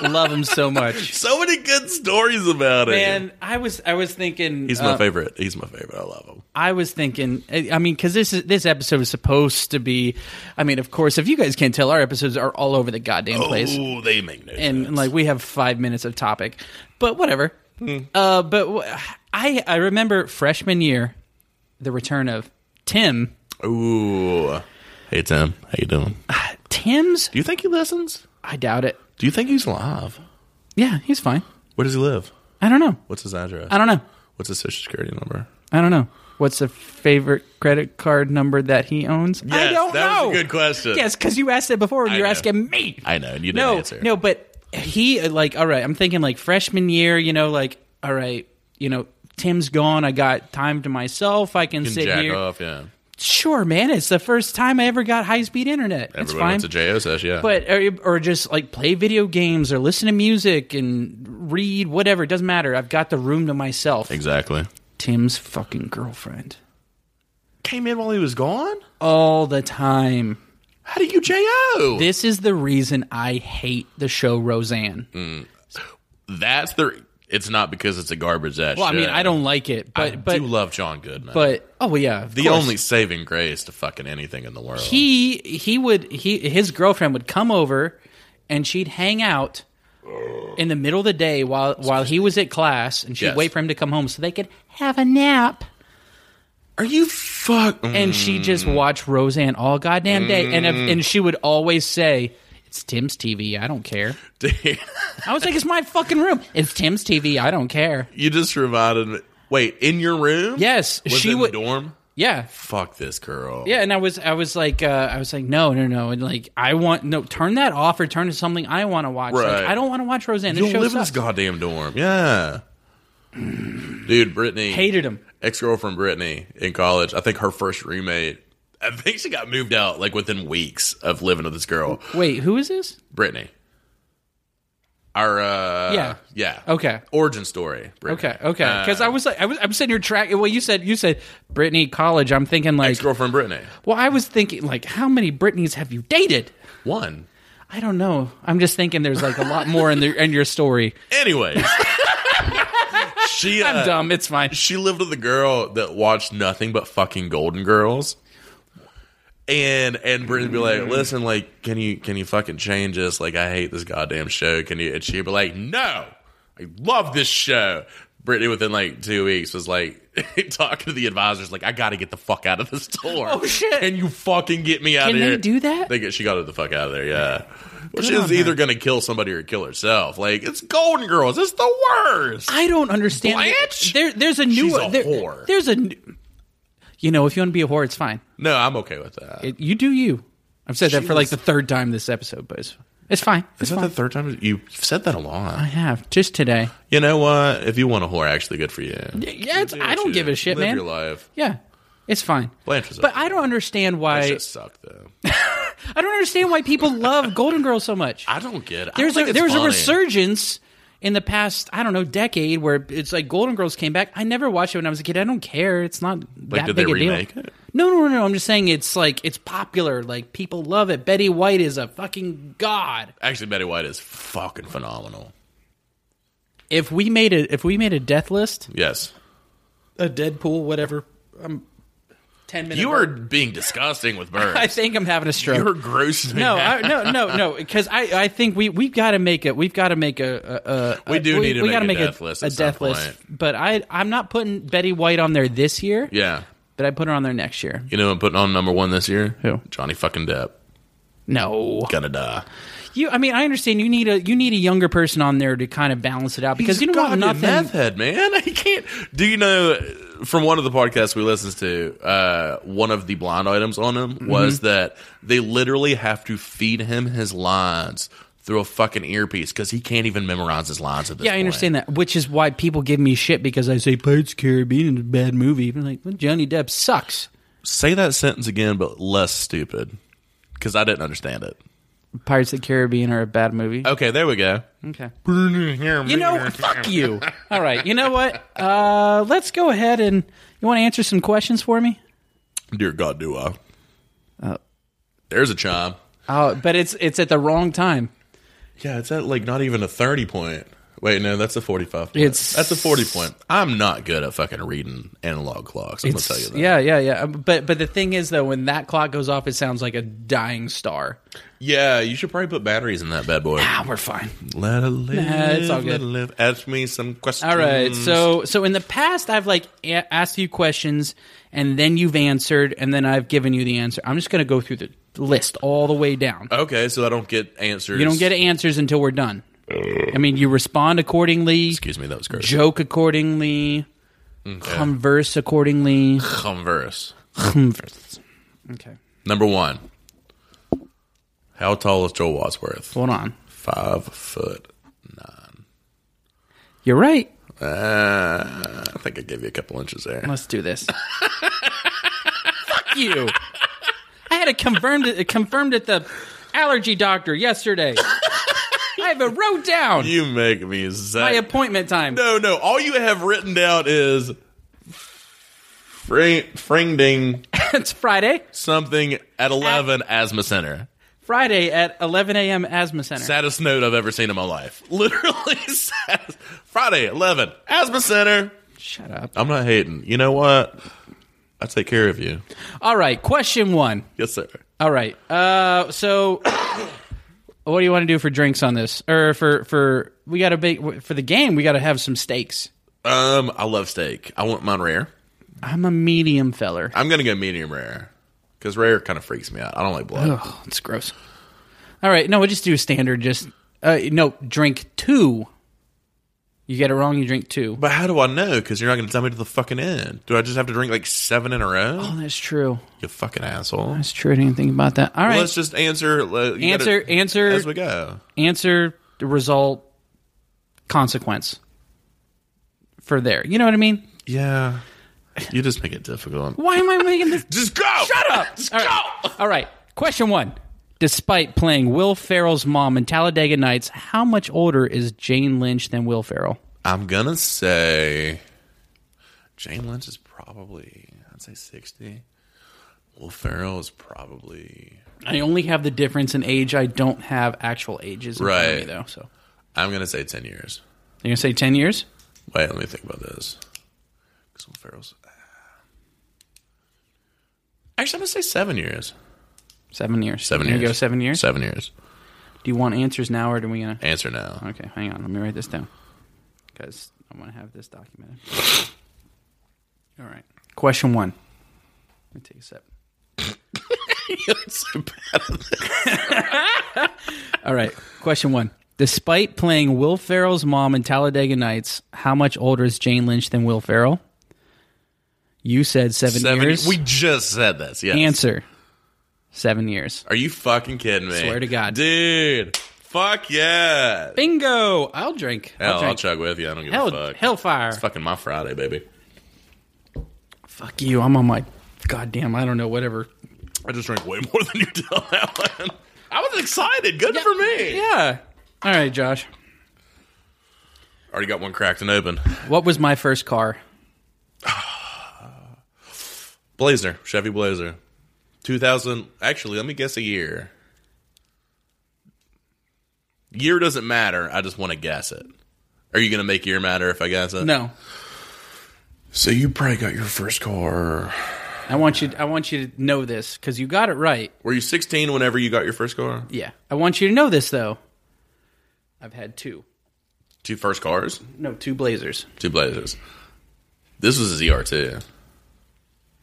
Love him so much. so many good stories about it. And I was I was thinking He's my uh, favorite. He's my favorite. I love him. I was thinking I I mean cuz this is this episode is supposed to be I mean of course if you guys can't tell our episodes are all over the goddamn place. Oh, they make no and sense. like we have five minutes of topic, but whatever. Hmm. Uh, but w- I I remember freshman year, the return of Tim. Ooh. Hey, Tim. How you doing? Tim's, Do you think he listens? I doubt it. Do you think he's live? Yeah, he's fine. Where does he live? I don't know. What's his address? I don't know. What's his social security number? I don't know. What's the favorite credit card number that he owns? I don't that know. was a good question. Yes, because you asked it before and you're know. asking me. I know, and you didn't no, answer. no, but he uh, like all right. I'm thinking like freshman year, you know, like all right, you know, Tim's gone. I got time to myself. I can, You can sit jack here. off. Yeah, Sure, man. It's the first time I ever got high speed internet. it's everybody fine. went to JO sesh. Yeah, but or, or just like play video games or listen to music and read whatever. It doesn't matter. I've got the room to myself. exactly. Tim's fucking girlfriend Came in while he was gone. all the time. How do you J.O.? This is the reason I hate the show Roseanne. That's the. It's not because it's a garbage ass. Well, I mean, show. I don't like it, but I but do love John Goodman, but oh well, yeah, of the course. only saving grace to fucking anything in the world. he he would he his girlfriend would come over and she'd hang out in the middle of the day while while he was at class and she'd Yes. wait for him to come home so they could have a nap Are you fuck? Mm. and she just watched Roseanne all goddamn day and if, and she would always say it's Tim's TV I don't care Dude, I was like it's my fucking room it's Tim's TV I don't care you just reminded me. Wait, in your room? yes Was she it in would the dorm. yeah Fuck this girl. Yeah, and I was I was like uh, I was like no no no and like I want no turn that off or turn to something I want to watch. Like, Right. I don't want to watch Roseanne. you This show don't live in sucks. this goddamn dorm. Yeah, dude, Brittany hated him. ex girlfriend Brittany in college. I think her first roommate. I think she got moved out like within weeks of living with this girl, Wait, who is this? Brittany. Our uh, Yeah. yeah Okay. origin story. Brittany. Okay, okay. Because Uh, I was like I was I'm sitting here tracking. Well, you said you said Brittany college. I'm thinking like ex girlfriend Brittany well I was thinking like how many Britneys have you dated? one. I don't know. I'm just thinking there's like a lot more in the in your story. Anyways, she uh, I'm dumb. It's fine. she lived with a girl that watched nothing but fucking Golden Girls. And and Brittany would be like, listen, like, can you can you fucking change this? Like, I hate this goddamn show. Can you? And she'd be like, no, I love this show. Brittany, within like two weeks, was like talking to the advisors, like, I got to get the fuck out of this store. Oh, shit. Can you fucking get me out Can of they here? do that? They get she got her the fuck out of there. Yeah. Well, she Good was on either going to kill somebody or kill herself. Like, it's Golden Girls. It's the worst. I don't understand. Blanche? There, there's a new She's a there- whore. There's a n- you know if you want to be a whore, it's fine. No, I'm okay with that. It, you do you. I've said that She for like was- the third time this episode, but it's, it's fine. Is It's that fine. the third time you have said that a I lot? have just today. You know what? If you want a whore, actually, good for you. Yeah, it's, Do I what don't you give do. a shit, Live man. Your life. Yeah, it's fine. Blanche was But okay. I don't understand That why. shit sucked though. I don't understand why people love Golden Girls so much. I don't get it. There's I don't think a, it's there was a funny. resurgence in the past. I don't know decade where it's like Golden Girls came back. I never watched it when I was a kid. I don't care. It's not that did big they a deal. remake it? No, no, no, no. I'm just saying it's like it's popular. Like people love it. Betty White is a fucking god. Actually, Betty White is fucking phenomenal. If we made a if we made a death list, Yes. a Deadpool, whatever. I'm ten minutes. You are being disgusting with birds. I think I'm having a stroke. You're gross. no, I, no, no, no. Because I, I think we we've got to make it. We've got to make a. a, a We do a, need to we make gotta a make death list A at some death list. point. But I I'm not putting Betty White on there this year. Yeah. But I put her on there next year. You know, I'm putting on number one this year. Who? Johnny fucking Depp. No, Gonna die. you. I mean, I understand you need a you need a younger person on there to kind of balance it out because you He's don't want goddamn nothing. meth head, man. He can't. Do you know from one of the podcasts we listens to? Uh, one of the blind items on him Mm-hmm. was that they literally have to feed him his lines through a fucking earpiece because he can't even memorize his lines at this. Yeah, I point. understand that, which is why people give me shit because I say Pirates of the Caribbean is a bad movie. I'm like, well, Johnny Depp sucks. Say that sentence again, but less stupid because I didn't understand it. Pirates of the Caribbean are a bad movie. Okay, there we go. Okay. Uh, You know, fuck you. All right. You know what? Uh, let's go ahead and you want to answer some questions for me? Dear God, do I? Uh, There's a chime. Oh, but it's it's at the wrong time. Yeah, it's at like not even a thirty point. Wait, no, that's a forty-five. Point. It's- that's a forty point. I'm not good at fucking reading analog clocks. I'm gonna tell you that. Yeah, yeah, yeah. Um, But but the thing is though, when that clock goes off, it sounds like a dying star. Yeah, you should probably put batteries in that bad boy. Ah, we're fine. let it live. it's all Let good. it live. Ask me some questions. All right. So so in the past, I've like a- asked you questions, and then you've answered, and then I've given you the answer. I'm just gonna go through the list all the way down. okay, so I don't get answers. You don't get answers until we're done. I mean, you respond accordingly. Excuse me, that was gross. joke accordingly, Okay. converse accordingly. Converse Converse. Okay, number one. How tall is Joel Wadsworth? hold on. Five foot. You're right. Uh, I think I gave you a couple inches there. Let's do this. Fuck you. I had it confirmed. It confirmed at the allergy doctor yesterday. I have it wrote down You make me sick. my appointment time. No, no. All you have written down is Fring, Fringding it's Friday. something at 11 Asthma Center. Friday at 11 a.m. Asthma Center. Saddest note I've ever seen in my life. Literally, saddest. Friday, 11, Asthma Center. Shut up. I'm not hating. You know what? I take care of you. All right. Question one. Yes, sir. All right. Uh, so, what do you want to do for drinks on this, or for for we got to bake for the game? We got to have some steaks. Um, I love steak. I want mine rare. I'm a medium feller. I'm gonna go medium rare because rare kind of freaks me out. I don't like blood. Oh, it's gross. All right, no, we'll just do a standard. Just uh, no, drink two. You get it wrong. You drink two. But how do I know? Because you're not gonna tell me to the fucking end. Do I just have to drink like seven in a row? Oh, that's true. You fucking asshole. That's true. I didn't think about that. All right, Let's just answer. le- you Answer- gotta- answer- as we go. answer result consequence for there. You know what I mean? Yeah, you just make it difficult. Why am I making this? Just go. Shut up. Just All right. go. All right. Question one. Despite playing Will Ferrell's mom in Talladega Nights, how much older is Jane Lynch than Will Ferrell? I'm gonna say Jane Lynch is probably I'd say sixty. Will Ferrell is probably I only have the difference in age. I don't have actual ages in front of me, Right. though. So I'm gonna say ten years. you're gonna say ten years? Wait, let me think about this. 'Cause Will Ferrell's ah. actually I'm gonna say seven years. Seven years. Seven You're years. gonna Go seven years. Seven years. Do you want answers now, or do we gonna? Answer now. Okay, hang on. Let me write this down because I want to have this documented. All right. Question one. Let me take a sip. so bad. All right. Question one. Despite playing Will Ferrell's mom in Talladega Nights, how much older is Jane Lynch than Will Ferrell? You said seven, Seven years. years. We just said this. Yes. Answer. Seven years. Are you fucking kidding me? Swear to God. dude. Fuck yeah. Bingo! I'll drink. Hell, I'll, I'll drink. chug with you. I don't give a Hell, fuck. hellfire. It's fucking my Friday, baby. Fuck you. I'm on my goddamn. I don't know. Whatever. I just drank way more than you did on that one. I was excited. Good for me. Yeah. All right, Josh. Already got one cracked and open. What was my first car? Blazer, Chevy Blazer. 2000. Actually, let me guess a year. Year doesn't matter. I just want to guess it. Are you going to make year matter if I guess it? No. So you probably got your first car. I want you. I want you to know this because you got it right. Were you 16 whenever you got your first car? Yeah. I want you to know this though. I've had two. Two first cars? No, two Blazers. Two Blazers. This was a ZR2.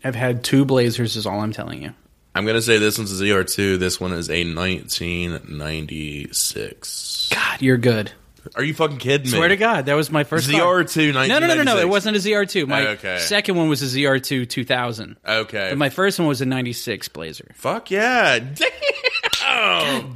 I've had two Blazers. Is all I'm telling you. I'm gonna say this one's a ZR2. This one is a 1996. God, you're good. Are you fucking kidding me? Swear to God, that was my first car. ZR2 1996. No, no, no, no, no. It wasn't a ZR2. My Okay. second one was a ZR2 2000. Okay. And my first one was a 96 Blazer. Fuck yeah! Damn,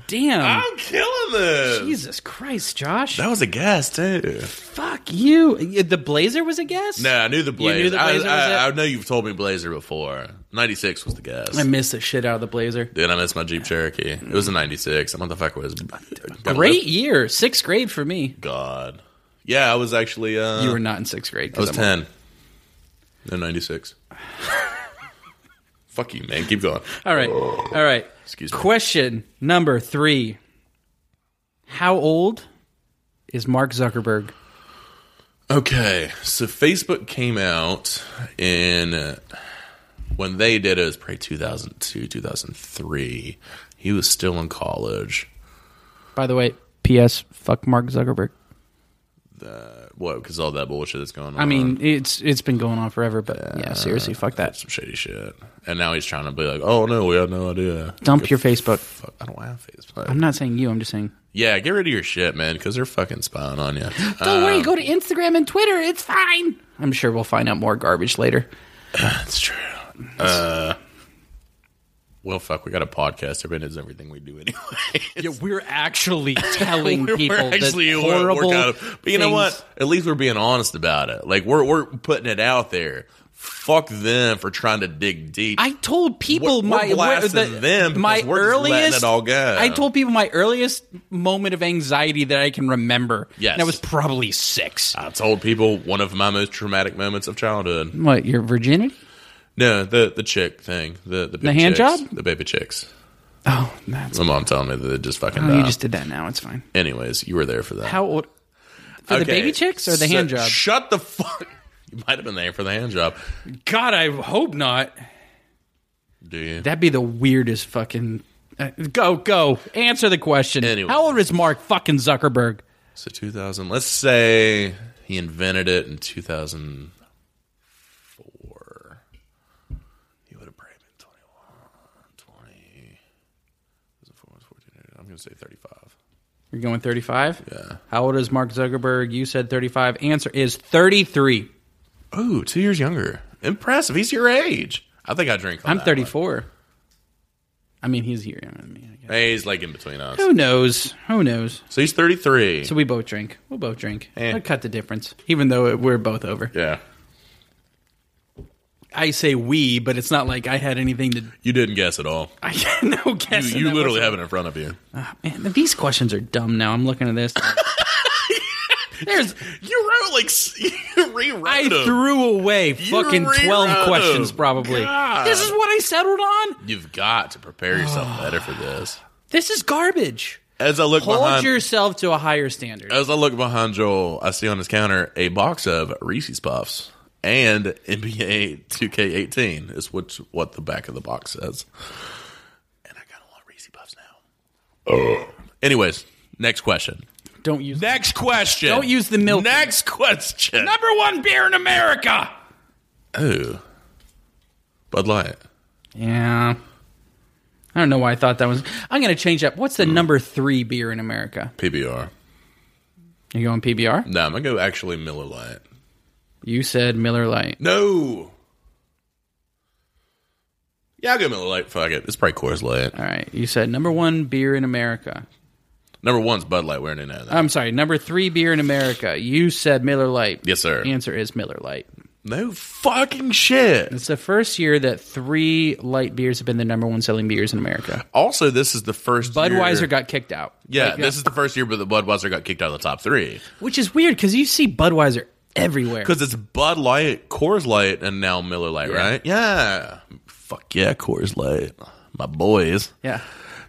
Damn. I'm killing this. Jesus Christ, Josh. That was a guess too. Fuck you. The Blazer was a guess? No, I knew the You Blazer. knew the I- Blazer I, was it? I know you've told me Blazer before. 96 was the guess. I missed the shit out of the Blazer. Dude, I missed my Jeep Cherokee. It was a 96. I don't know what the fuck it was. Got Great year. Sixth grade for me. God. Yeah, I was actually. Uh, You were not in sixth grade. I was 10. No, 96. Fuck you, man. Keep going. All right. All right. Excuse me. Question number three How old is Mark Zuckerberg? Okay, so Facebook came out in uh, when they did it it was probably 2002, 2003. He was still in college. By the way, P.S. Fuck Mark Zuckerberg. Uh, what? Because all that bullshit that's going on. I mean, it's it's been going on forever, but yeah, seriously, fuck that. some shady shit. And now he's trying to be like, "Oh no, we had no idea." Dump your Facebook. Fuck, I don't have Facebook. I'm not saying you. I'm just saying. yeah, get rid of your shit, man, because they're fucking spying on you. Don't worry. Go to Instagram and Twitter. It's fine. I'm sure we'll find out more garbage later. That's true. Uh, well, fuck, we got a podcast. Everybody knows everything we do anyway. Yeah, we're actually telling We're people actually that wor- work horrible. out of- but you know what? things- At least we're being honest about it. Like we're we're putting it out there. Fuck them for trying to dig deep. I told people We're- my we're blasting the- them because my we're just letting earliest it all go. I told people my earliest moment of anxiety that I can remember. Yes. and I was probably six. I told people one of my most traumatic moments of childhood. What your virginity? No, the the chick thing, the the, big The hand chicks, job? the baby chicks. Oh, that's. My mom telling me that they just fucking Oh, you died. just did that now. It's fine. Anyways, you were there for that. How old? For the Okay, baby chicks or the so- hand job? Shut the fuck. You might have been there for the hand job. God, I hope not. Do you? That'd be the weirdest fucking. Uh, go, go. Answer the question. Anyway. How old is Mark fucking Zuckerberg? so 2000. Let's say he invented it in 2004. He would have probably been 21, 20. Was it 4, 14? I'm going to say 35. You're going 35? Yeah. How old is Mark Zuckerberg? You said 35. Answer is 33. Oh, two years younger. Impressive. He's your age. I think I drink. On I'm that 34. I mean, he's here younger than me, I guess. one. Hey, he's like in between us. Who knows? Who knows? So he's 33. So we both drink. We'll both drink. Eh. I'll cut the difference, even though it, we're both over. yeah. I say we, but it's not like I had anything to. You didn't guess at all. I had no You, guess. in you that literally have it in front of you. Man, these questions are dumb now. I'm looking at this. There's You wrote like s- you rewrote. I them. threw away You fucking 12 rewrote questions them. probably. God. This is what I settled on. You've got to prepare yourself better for this. This is garbage. As I look Hold behind, Uh, yourself to a higher standard. as I look behind Joel, I see on his counter a box of Reese's Puffs and NBA 2K18 is what what the back of the box says. And I kind of want Reese's Puffs now. Anyways, next question. Don't use Next question. Don't use the milk. Next question. Number 1 beer in America. Oh, Bud Light. Yeah. I don't know why I thought that was. I'm going to change up. What's the number 3 beer in America? PBR. You going PBR? No, I'm gonna go actually Miller Lite. You said Miller Lite. No. Yeah, I'll go Miller Lite. Fuck it. It's probably Coors Light. All right. You said number 1 beer in America. Number one's Bud Light. We already know that. I'm sorry, number 3 beer in America. You said Miller Lite. yes, sir. Answer is Miller Lite. No fucking shit. It's the first year that three light beers have been the number one selling beers in America. Also, this is the first Budweiser year- got kicked out. Yeah, Like, this is the first year, but the Budweiser got kicked out of the top three which is weird because you see Budweiser everywhere. because it's Bud Light, Coors Light, and now Miller Light, right? Yeah. Fuck yeah, Coors Light, my boys. Yeah,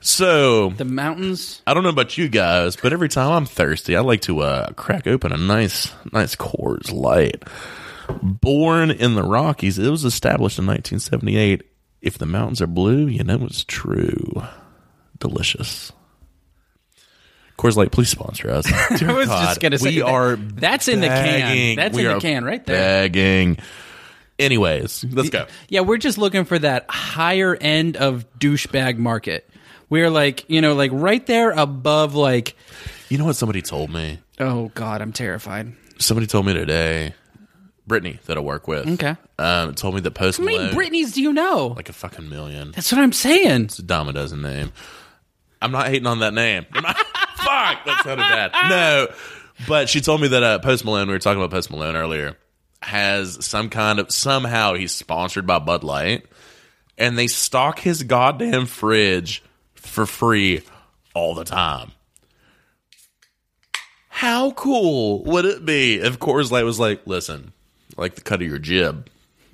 So the mountains. I don't know about you guys, but every time I'm thirsty, I like to uh, crack open a nice, nice Coors Light. Born in the Rockies, it was established in 1978. If the mountains are blue, you know it's true. Delicious. Coors Light, please sponsor us. Dear I was God, just gonna say we that- are that's in the can. begging. That's We in the are can right there. Begging. Anyways, let's go. Yeah, we're just looking for that higher end of douchebag market. We're like, you know, like right there above, like, You know what somebody told me? oh god, I'm terrified. Somebody told me today. Brittany that I work with. Okay. Um, told me that Post How many Malone. Britneys do you know? like a fucking million. That's what I'm saying. It's a dime a dozen name. I'm not hating on that name. I'm not- fuck, that sounded bad. No, but she told me that uh, Post Malone. We were talking about Post Malone earlier. Has some kind of somehow he's sponsored by Bud Light, and they stock his goddamn fridge for free all the time. How cool would it be if Coors Light was like, listen, I like the cut of your jib.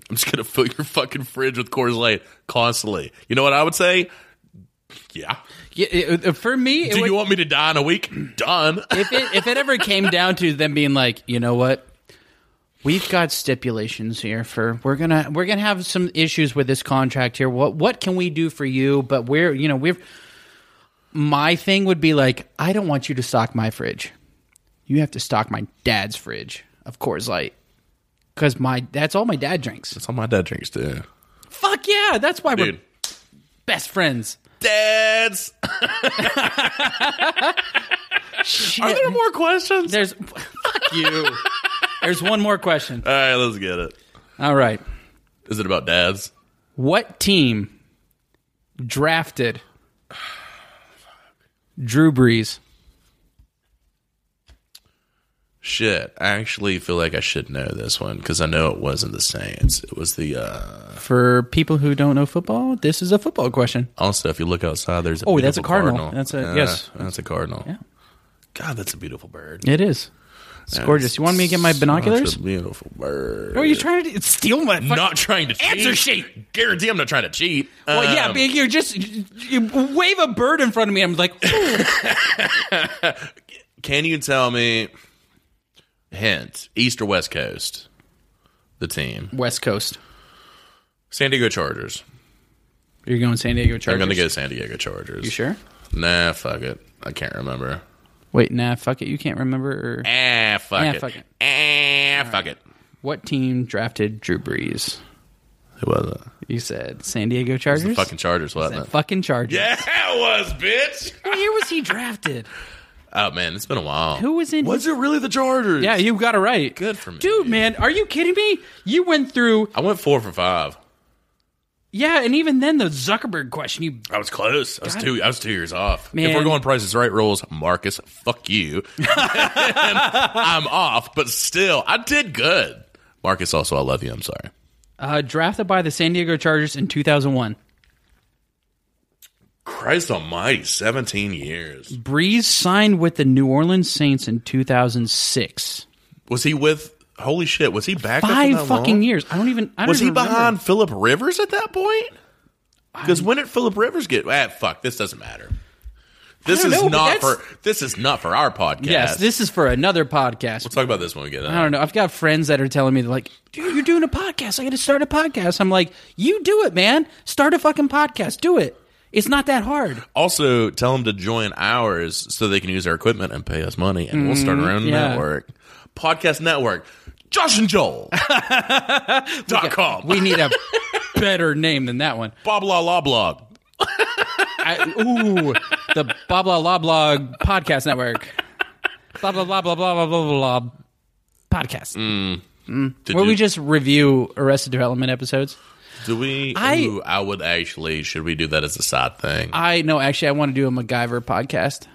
I'm just gonna fill your fucking fridge with Coors Light constantly. You know what I would say? Yeah. Yeah, it- it- for me, it Do would- you want me to die in a week? Done. if it if it ever came down to them being like, you know what, we've got stipulations here for we're gonna we're gonna have some issues with this contract here. What what can we do for you? But we're you know we're my thing would be like, I don't want you to stock my fridge. You have to stock my dad's fridge of Coors Light because my that's all my dad drinks. That's all my dad drinks too. Fuck yeah, that's why Dude. we're best friends. Dads Are Shit. there more questions? There's fuck you. There's one more question. Alright, let's get it. All right. Is it about dads? What team drafted Drew Brees? Shit. I actually feel like I should know this one because I know it wasn't the Saints. It was the uh For people who don't know football, this is a football question. Also, if you look outside, there's a Oh, that's beautiful a cardinal. That's a- yes. that's a cardinal. God, that's a beautiful bird. It is. It's gorgeous. You want me to get my binoculars? Such a beautiful bird. What are you trying to do? steal my fuck- Not trying to cheat. answer sheet? Guarantee I'm not trying to cheat. Well, yeah, Um, but you're just you wave a bird in front of me. I'm like, Can you tell me? Hint: East or West Coast? The team, West Coast. San Diego Chargers. You're going San Diego Chargers. I'm gonna go San Diego Chargers. You sure? Nah, fuck it. I can't remember. Wait, nah, fuck it. You can't remember or- Ah, fuck Ah, it. fuck it. Ah, fuck it. what team drafted Drew Brees. It wasn't You said San Diego the Chargers. fucking Chargers, wasn't That it? fucking Chargers. Yeah, it was, bitch. What year was he drafted? Oh man, it's been a while. Who was in? Was it really the Chargers? Yeah, you got it right. Good for me. Dude, man, are you kidding me? You went through, I went four for five. yeah, and even then the Zuckerberg question. You, I was close. I was God. two. I was two years off. Man. If we're going prices right rules, Marcus, fuck you. And I'm off, but still, I did good. Marcus, also, I love you. I'm sorry. uh, drafted by the San Diego Chargers in 2001. Christ Almighty, 17 years. Breeze signed with the New Orleans Saints in 2006. Was he with? Holy shit, was he back there for Five that fucking long? years. I don't even. I don't Was he even remember. behind Philip Rivers at that point? Because when did Philip Rivers get? Ah, fuck. This doesn't matter. This don't is know, but not that's- for. This is not for our podcast. Yes, this is for another podcast. Let's talk about this when we get I out. don't know. I've got friends that are telling me, they're like, dude, you're doing a podcast. I got to start a podcast. I'm like, you do it, man. Start a fucking podcast. Do it. It's not that hard. Also, tell them to join ours so they can use our equipment and pay us money, and we'll start our own Mm, yeah. network, podcast network. Josh and Joel dot com. We need a better name than that one. Blah blah blah blog. I, ooh, the blah blah blah blah podcast network. Blah blah blah blah blah blah blah blah podcast. Mm. Hmm. Did Where you, we just review Arrested Development episodes. do we? I- ooh, I would actually. Should we do that as a side thing? I no, actually, I want to do a MacGyver podcast.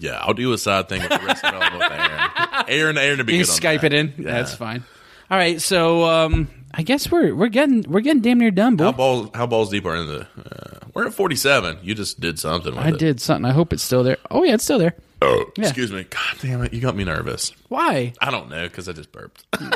Yeah, I'll do a side thing with the rest of it all with Aaron. Aaron, Aaron to be You good on Skype that. it in. Yeah. That's fine. All right, so um, I guess we're we're getting we're getting damn near done, How boy. balls? How balls deep are in the? Uh, we're at forty-seven. You just did something. With I it. did something. I hope it's still there. Oh yeah, it's still there. Oh, excuse me. God damn it! You got me nervous. Why? I don't know because I just burped. All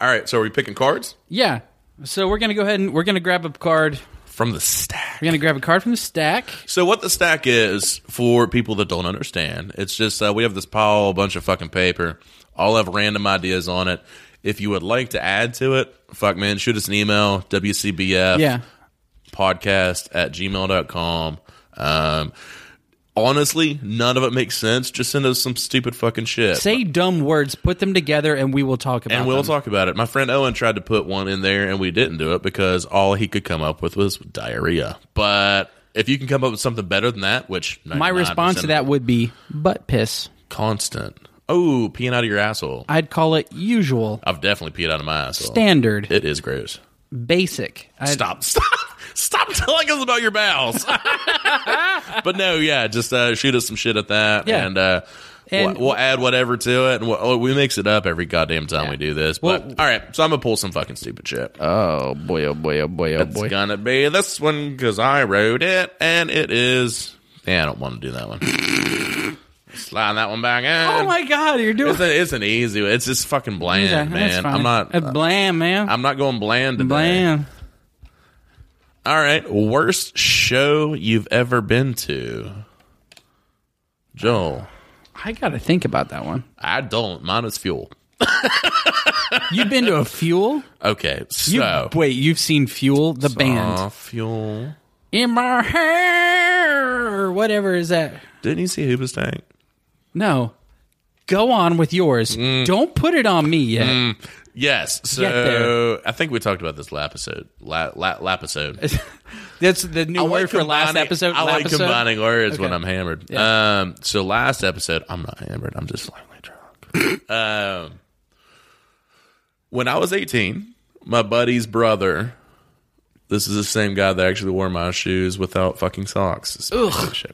right, so are we picking cards Yeah. So we're gonna go ahead and we're gonna grab a card. from the stack? We're gonna grab a card from the stack. So what the stack is for people that don't understand, it's just uh, we have this pile, a bunch of fucking paper, all have random ideas on it. If you would like to add to it, fuck man, shoot us an email, WCBF Yeah. podcast at gmail.com. Um, honestly, none of it makes sense. Just send us some stupid fucking shit. Say dumb words, put them together, and we will talk about and we'll them. talk about it. My friend Owen tried to put one in there, and we didn't do it because all he could come up with was diarrhea. But if you can come up with something better than that, which My 99% response to that would be butt piss. constant. Oh, peeing out of your asshole. I'd call it usual, I've definitely peed out of my asshole. standard, It is gross. basic. I'd- Stop, stop, stop telling us about your bowels. but no, yeah, just uh, shoot us some shit at that, Yeah. and, uh, we'll- And- we'll, add whatever to it, and we'll, oh, we mix it up every goddamn time we do this. Well- but all right, so I'm gonna pull some fucking stupid shit. Oh boy! Oh boy! Oh boy! Oh it's gonna be this one because I wrote it, and it is. Yeah, I don't want to do that one. Slide that one back in. Oh my God! You're doing It's, a, it's an easy. one. It's just fucking bland, that. That's man. fine. I'm not. Uh, blam, man. I'm not going bland today. blam. All right, worst show you've ever been to, Joel. I gotta think about that one. I don't. Mine is fuel. You've been to a Fuel? Okay, so You, Wait, you've seen Fuel, the band? Aw, fuel. In my hair, or whatever is that? Didn't you see Hoobastank? Tank? No, go on with yours. Don't put it on me yet. Yes. Get So I think we talked about this last episode. La, la, last episode. That's the new I word like for last combining- episode. I like Lapisode? combining words when Okay. I'm hammered. Um, so last episode, I'm not hammered. I'm just slightly drunk. um, when I was 18, my buddy's brother. This is the same guy that actually wore my shoes without fucking socks.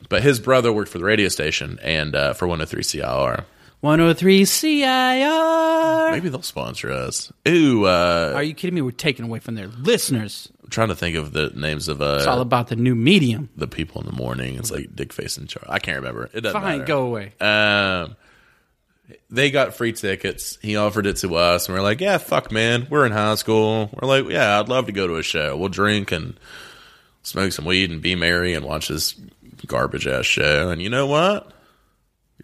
But his brother worked for the radio station and uh, for 103 CIR. 103 CIR. Maybe they'll sponsor us. Ooh, uh, Are you kidding me? We're taking away from their listeners. I'm trying to think of the names of It's all uh, about the new medium. the people in the morning. It's like Dick Face and Charlie. I can't remember. It doesn't Fine, matter. go away. Um, They got free tickets. He offered it to us, and we're like, "Yeah, fuck, man. We're in high school. We're like, yeah, I'd love to go to a show. We'll drink and smoke some weed and be merry and watch this garbage ass show." And you know what?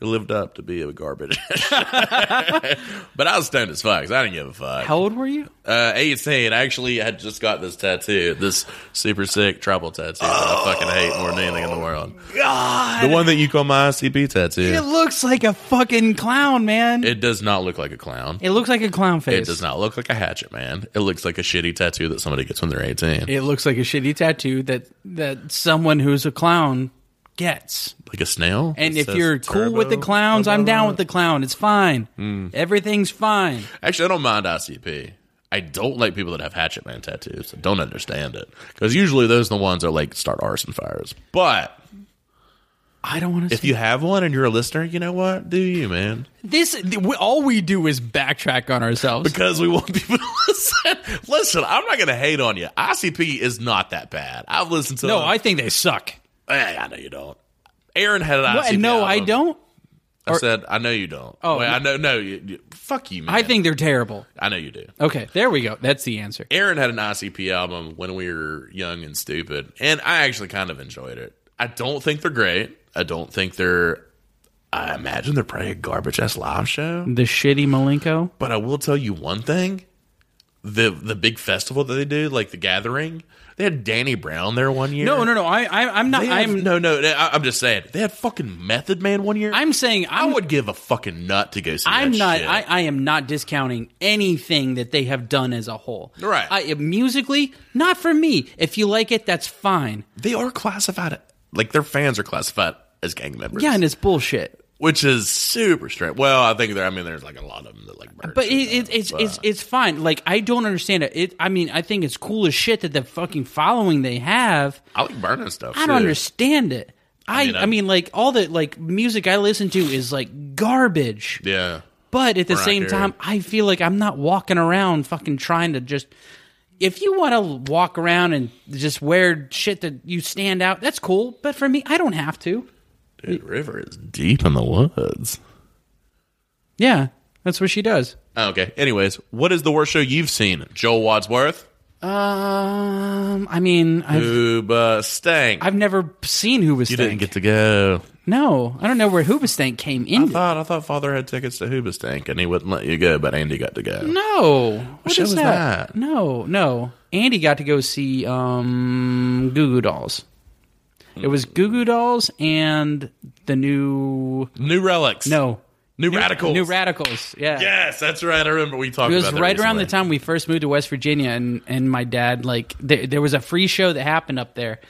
You lived up to be a garbage. but I was stoned as fuck. 'cause I didn't give a fuck. How old were you? Uh, 18. I actually had just got this tattoo, this super sick tribal tattoo that I fucking hate more than anything in the world. God, The one that you call my ICP it tattoo. looks like a fucking clown, man. It, It does not look like a clown. looks like a clown face. It does not look like a hatchet, man. It looks like a shitty tattoo that somebody gets when they're 18. It looks like a shitty tattoo that that someone who's a clown gets. Like a snail. And that if says you're cool with the turbo. Hmm. clowns, I'm down with the clown. It's fine. Everything's fine. Actually, I don't mind ICP. I don't like people that have hatchet man tattoos. I don't understand it. Because usually those are the ones that like start arson fires. But I don't want to. if you have one and you're a listener, you know what? Do you, man. This th- we, all we do is backtrack on ourselves. because we want people to listen. Listen, I'm not going to hate on you. ICP is not that bad. I've listened to No, them. I think they suck. Eh, I know you don't. Aaron had an What? ICP. no, I album. don't. I said I know you don't. Oh, Oh, Wait, no. I know. No, you, you- fuck you, man. I think they're terrible. I know you do. Okay, there we go. That's the answer. Aaron had an ICP album when we were young and stupid, and I actually kind of enjoyed it. I don't think they're great. I don't think they're. I imagine they're probably a garbage ass live show. The shitty Malenko. But I will tell you one thing: the the big festival that they do, like the Gathering, they had Danny Brown there one year. No, no, no. I, I I'm not. They have- I'm. no, no. I, I'm just saying they had fucking Method Man one year. I'm saying I I'm. would give a fucking nut to go see. I'm that not. shit. I, I am not discounting anything that they have done as a whole. Right. I musically, not for me. If you like it, that's fine. they are classified like their fans are classified as gang members. Yeah, and it's bullshit. which is super strange. Well, I think there. I mean, there's like a lot of them that like. burn But it, shit down, it, it's but- it's it's fine. Like I don't understand it. it. I mean, I think it's cool as shit that the fucking following they have. I like burning stuff. I too. don't understand it. I I mean, mean, I'm- like all the like music I listen to is like garbage. Yeah. But at the not same here. time, I feel like I'm not walking around fucking trying to just. If you want to walk around and just wear shit that you stand out, that's cool. But for me, I don't have to. Dude, River is deep in the woods. Yeah, that's what she does. Oh, Okay. Anyways, what is the worst show you've seen? Joel Wadsworth. Um, I mean, I've, Uba Stank. I've never seen who was you didn't Stank. get to go. No, I don't know where Hoobastank came in. Thought I thought Father had tickets to Uba Stank and he wouldn't let you go, but Andy got to go. No, what show is was that? that? No, no. Andy got to go see um, Goo Goo Dolls. It was Goo Goo Dolls and the new New Relics. no New, Radicals. New Radicals. Yeah, yes, that's right. I remember we talked it was about that right around the recently. time we first moved to West Virginia, and and my dad like there, there was a free show that happened up there,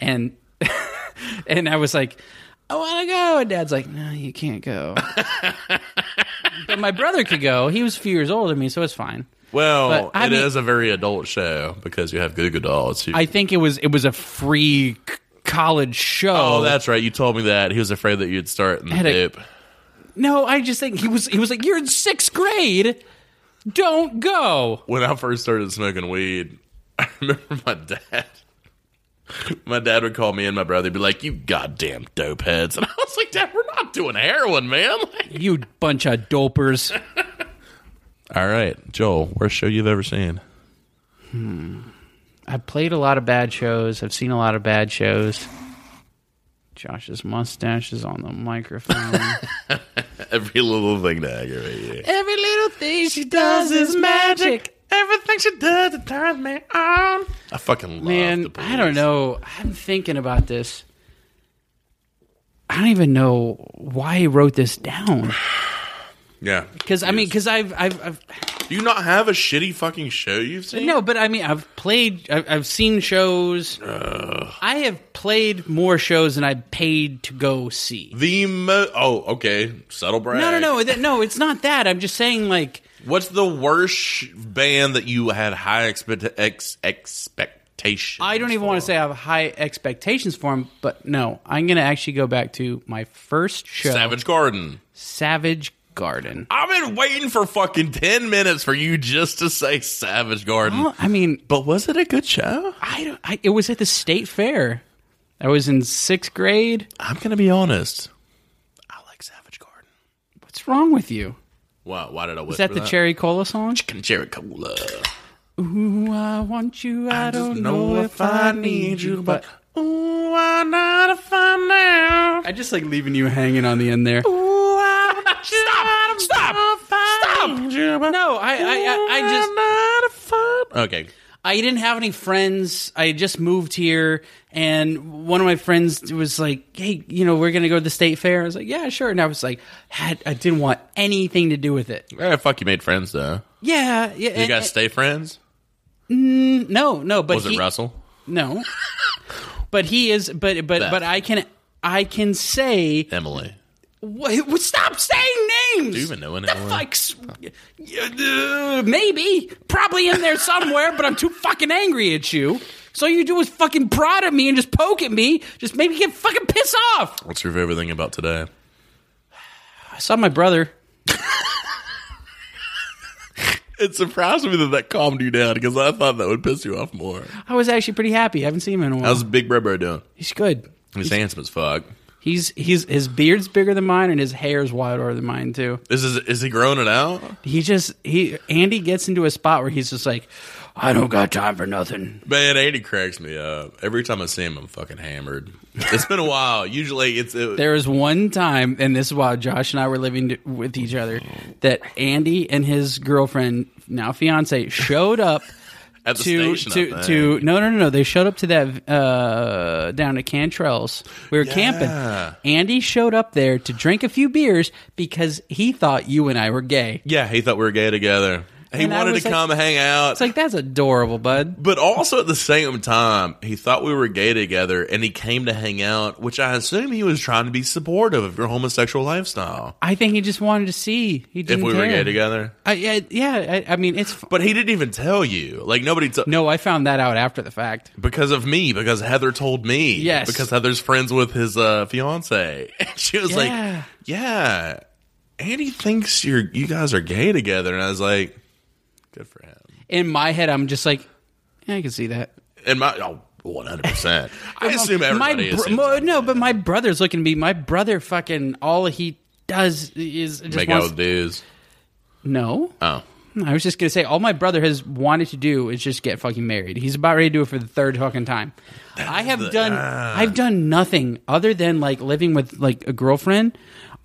and and I was like. I want to go, and Dad's like, "No, you can't go." but my brother could go. He was a few years older than me, so it's fine. Well, But, I it mean- is a very adult show because you have Goo Goo Dolls. who- I think it was it was a free c- college show. oh, that's right. You told me that he was afraid that you'd start in the Had a- dip. no, I just think he was he was like, You're in sixth grade. Don't go. when I first started smoking weed, I remember my dad. My dad would call me and my brother would be like, "You goddamn dope heads," and I was like, "Dad, we're not doing heroin, man." Like- You bunch of dopers. All right, Joel, worst show you've ever seen? I've played a lot of bad shows. I've seen a lot of bad shows. Josh's mustache is on the microphone. Every little thing to aggravate you. Every little thing she does is magic. Everything she does it turns me on. I fucking love Man, the I don't Police. know. I'm thinking about this. I don't even know why I wrote this down. Yeah, Because I mean, because I've, I've, I've do you not have a shitty fucking show you've seen? no, but I mean, I've played, I've, I've seen shows. I have played more shows than I paid to go see. The mo- oh, okay, subtle brag. No, no, no, that, no. It's not that. I'm just saying, like, What's the worst sh- band that you had high expect- ex- expectations? I don't even want to for? say I have high expectations for them, but no, I'm gonna actually go back to my first show, Savage Garden. Savage Garden. I've been waiting for fucking 10 minutes for you just to say Savage Garden. Well, I mean, But was it a good show? I don't. I, it was at the state fair. I was in sixth grade. I'm going to be honest. I like Savage Garden. What's What's wrong with you? Why, why did I whisper Is that the Cherry Cola song? Chicken cherry cola. Ooh, I want you. I, don't know, if I need you, but ooh, I'm not if I I just like leaving you hanging on the end there. Ooh, I'm not Stop! Stop! Stop! No, I, I, I, I just. Okay. I didn't have any friends. I had just moved here, and one of my friends was like, "Hey, you know, we're gonna go to the state fair." I was like, "Yeah, sure." And I was like, had, I didn't want anything to do with it. Yeah, fuck, you made friends though. Yeah, yeah. You guys stay friends? no, no. But Was it he- Russell? No, but he is. But but Beth. but I can I can say. Emily. Wait, well, stop saying names. Do you even know an The Emily? fuck's- Uh, maybe, probably in there somewhere, but I'm too fucking angry at you. So all you do is fucking prod at me and just poke at me. Just make me get fucking piss off. What's your favorite thing about today? I saw my brother. It surprised me that that calmed you down because I thought that would piss you off more. I was actually pretty happy. I haven't seen him in a while. How's Big Bro Bro doing? he's good. He's handsome as fuck. He's he's his beard's bigger than mine and his hair's wider than mine too. Is is, is he growing it out? He just he Andy gets into a spot where he's just like, I don't got time for nothing. Man, Andy cracks me up every time I see him. I'm fucking hammered. It's been a while. Usually, it's it, There was one time, and this is while Josh and I were living t- with each other, that Andy and his girlfriend, now fiance, showed up at the to station. I to think. to no no no no. They showed up to that uh, down at Cantrell's. We were Yeah. camping. Andy showed up there to drink a few beers because he thought you and I were gay. yeah, he thought we were gay together. He And I wanted was to like- come hang out. It's like that's adorable, bud. But also at the same time, he thought we were gay together and he came to hang out, which I assume he was trying to be supportive of your homosexual lifestyle. I think he just wanted to see. He If didn't we were care. gay together. I, I, yeah, I, I mean it's. f- But he didn't even tell you. Like nobody t- No, I found that out after the fact. because of me, because Heather told me. Yes. Because Heather's friends with his uh fiance. And she was Yeah. like, Yeah. Andy thinks you're you guys are gay together and I was like, Good for him. in my head, I'm just like, yeah, I can see that. And my oh, 100%. I assume my everybody bro- assumes mo- that. no, but my brother's looking at me. My brother, fucking, all he does is just Make out wants- with dudes. no. Oh. I was just gonna say, all my brother has wanted to do is just get fucking married. He's about ready to do it for the third fucking time. I have the- done, ah. I've done nothing other than like living with like a girlfriend.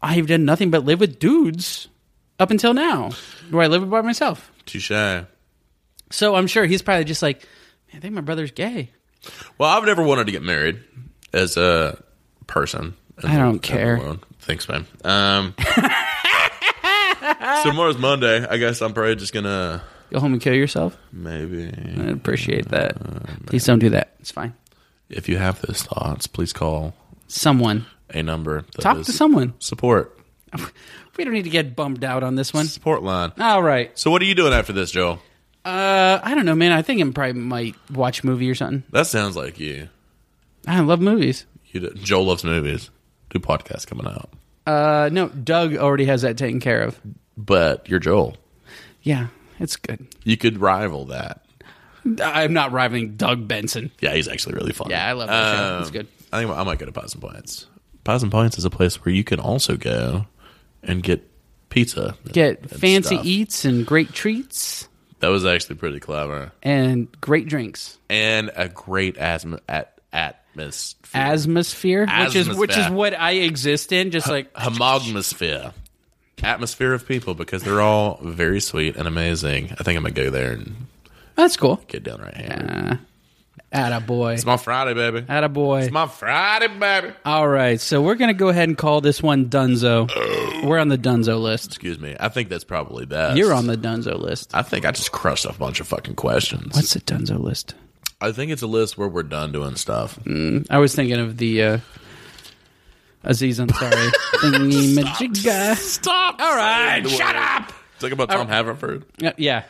I've done nothing but live with dudes up until now, where I live by myself. Touche. So I'm sure he's probably just like, man, I think my brother's gay. Well, I've never wanted to get married as a person. I don't care. Thanks, man. Um, so tomorrow's Monday. I guess I'm probably just gonna Go home and kill yourself. maybe. I appreciate that. Oh, Please don't do that. It's fine. If you have those thoughts, please call Someone a number. that talk is- to someone. Support We don't need to get bummed out on this one. support line. All right. So what are you doing after this, Joel? Uh, I don't know, man. I think I probably might watch a movie or something. That sounds like you. I love movies. You do, Joel loves movies. New podcast coming out, Uh, no, Doug already has that taken care of. but you're Joel. Yeah, it's good. You could rival that. I'm not rivaling Doug Benson. Yeah, he's actually really fun. Yeah, I love that show. It's good. I think I might go to Pies and Pints. Pies and Pints is a place where you can also go and get pizza. and- Get and fancy e- stuff. eats and great treats That was actually pretty clever and great drinks. and a great asthma at atmosphere. Asmosphere, which is which is Asmosphere. what I exist in. Just like Homogmosphere. Atmosphere of people because they're all very sweet and amazing. I think I'm gonna go there and that's cool. get down right here. Atta boy. It's my Friday, baby. Atta boy. It's my Friday, baby. All right, so we're gonna go ahead and call this one Dunzo. We're on the Dunzo list. Excuse me. I think that's probably best. You're on the Dunzo list. I think I just crushed a bunch of fucking questions. What's the Dunzo list? I think it's a list where we're done doing stuff. I was thinking of the uh, Aziz Ansari thingy magic guy. Stop. All right, shut up. Talk about Tom Haverford. Yeah, Uh, Yeah.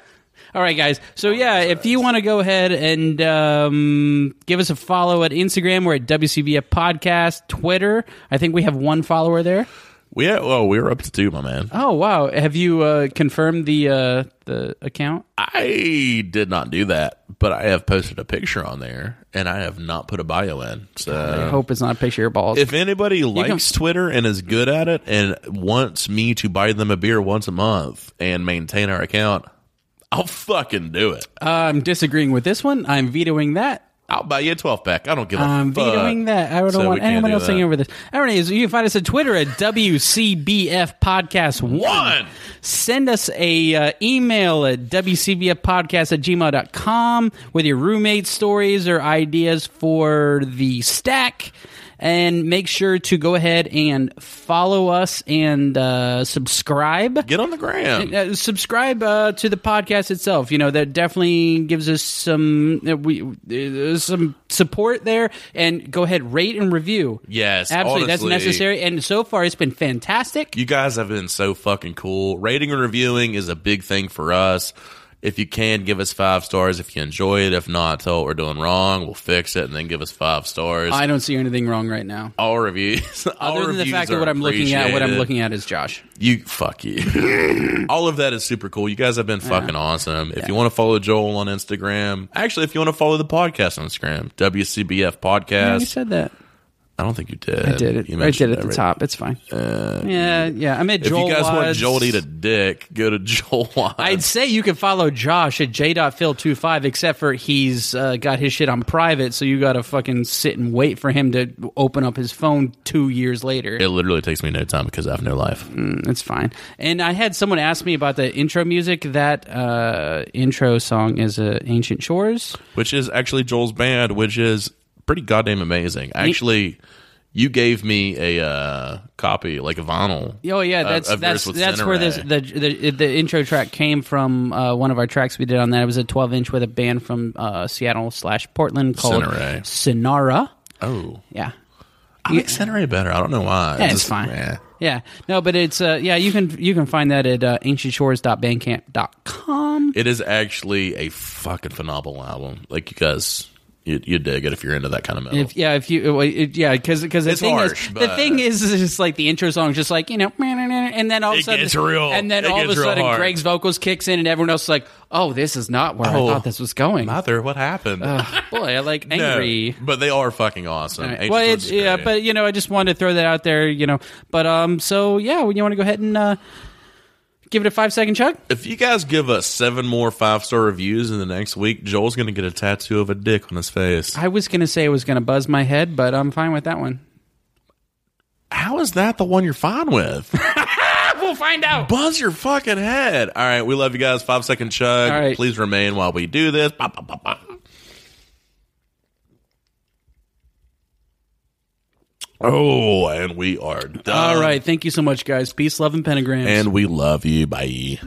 All right, guys. So yeah, if you want to go ahead and um, give us a follow at Instagram, we're at WCBF Podcast. Twitter, I think we have one follower there. We had, well, we were up to two, my man. Oh wow! Have you uh, confirmed the uh, the account? I did not do that, but I have posted a picture on there, and I have not put a bio in. I So hope it's not a picture of your balls. if anybody likes Twitter and is good at it and wants me to buy them a beer once a month and maintain our account, I'll fucking do it. I'm disagreeing with this one. I'm vetoing that. I'll buy you a twelve pack. I don't give a I'm fuck. vetoing that. I don't So we want can't anyone do else that. hanging over this. Anyways, you can find us at Twitter at WCBF Podcast One. One. send us a uh, email at wcbfpodcast at gmail.com with your roommate stories or ideas for the stack and make sure to go ahead and follow us and uh, subscribe Get on the gram. uh, subscribe uh, to the podcast itself. You know that definitely gives us some uh, we uh, some support there. And go ahead, rate and review. Yes, absolutely, honestly. that's necessary. And so far, it's been fantastic. You guys have been so fucking cool. Rating and reviewing is a big thing for us. If you can, give us five stars if you enjoy it. If not, tell what we're doing wrong. We'll fix it and then give us five stars. I don't see anything wrong right now. all reviews. all Other than the reviews fact that are what I'm looking at, what I'm appreciated. looking at is Josh. You fuck you. All of that is super cool. You guys have been fucking awesome. If you want to follow Joel on Instagram, actually, if you want to follow the podcast on Instagram, WCBF Podcast. you said that. I don't think you did. I did it. You I did mentioned it that, at the right? Uh, top. It's fine. yeah, yeah. I'm at If Joel. you guys want Watts. Joel to eat a dick, go to Joel. Watts. I'd say you can follow Josh at j.phil25, except for he's uh, got his shit on private, so you got to fucking sit and wait for him to open up his phone two years later. It literally takes me no time because I have no life. It's fine. And I had someone ask me about the intro music. That uh, intro song is uh, Ancient Shores. Which is actually Joel's band, which is pretty goddamn amazing. Actually, you gave me a uh, copy, like a vinyl. Oh yeah, of- that's of yours that's with that's where this, Cineray. the, the the intro track came from. Uh, one of our tracks we did on that it was a 12 inch with a band from uh, Seattle slash Portland called Cineray. Sonara. oh, Yeah, I like Centeray better. I don't know why. yeah, it's fine. eh. Yeah, no, but it's uh, yeah you can you can find that at uh, ancientshores.bandcamp.com. It is actually a fucking phenomenal album. Like you guys, you, you dig it if you're into that kind of metal. If, yeah, if you well, it, yeah, because because the It's thing harsh, is the but- thing is is it's like the intro song is just like you know and then all of a It sudden gets real. and then It all of a gets real sudden hard. Greg's vocals kicks in and everyone else is like oh this is not where Oh. I thought this was going. Mother, what happened? Boy, I like No, angry. but they are fucking awesome. Ancient Well, Woods it's, is yeah, great. but you know, I just wanted to throw that out there, you know. But um, so yeah, well, you want to go ahead and uh, give it a five second chug? If you guys give us seven more five star reviews in the next week, Joel's going to get a tattoo of a dick on his face. I was gonna say it was gonna buzz my head, but I'm fine with that one. How is that the one you're fine with? We'll find out. Buzz your fucking head. All right, we love you guys. Five second chug. All right. Please remain while we do this. Ba, ba, ba, ba. Oh, and we are done. All right, thank you so much, guys. Peace, love, and pentagrams. And we love you. Bye.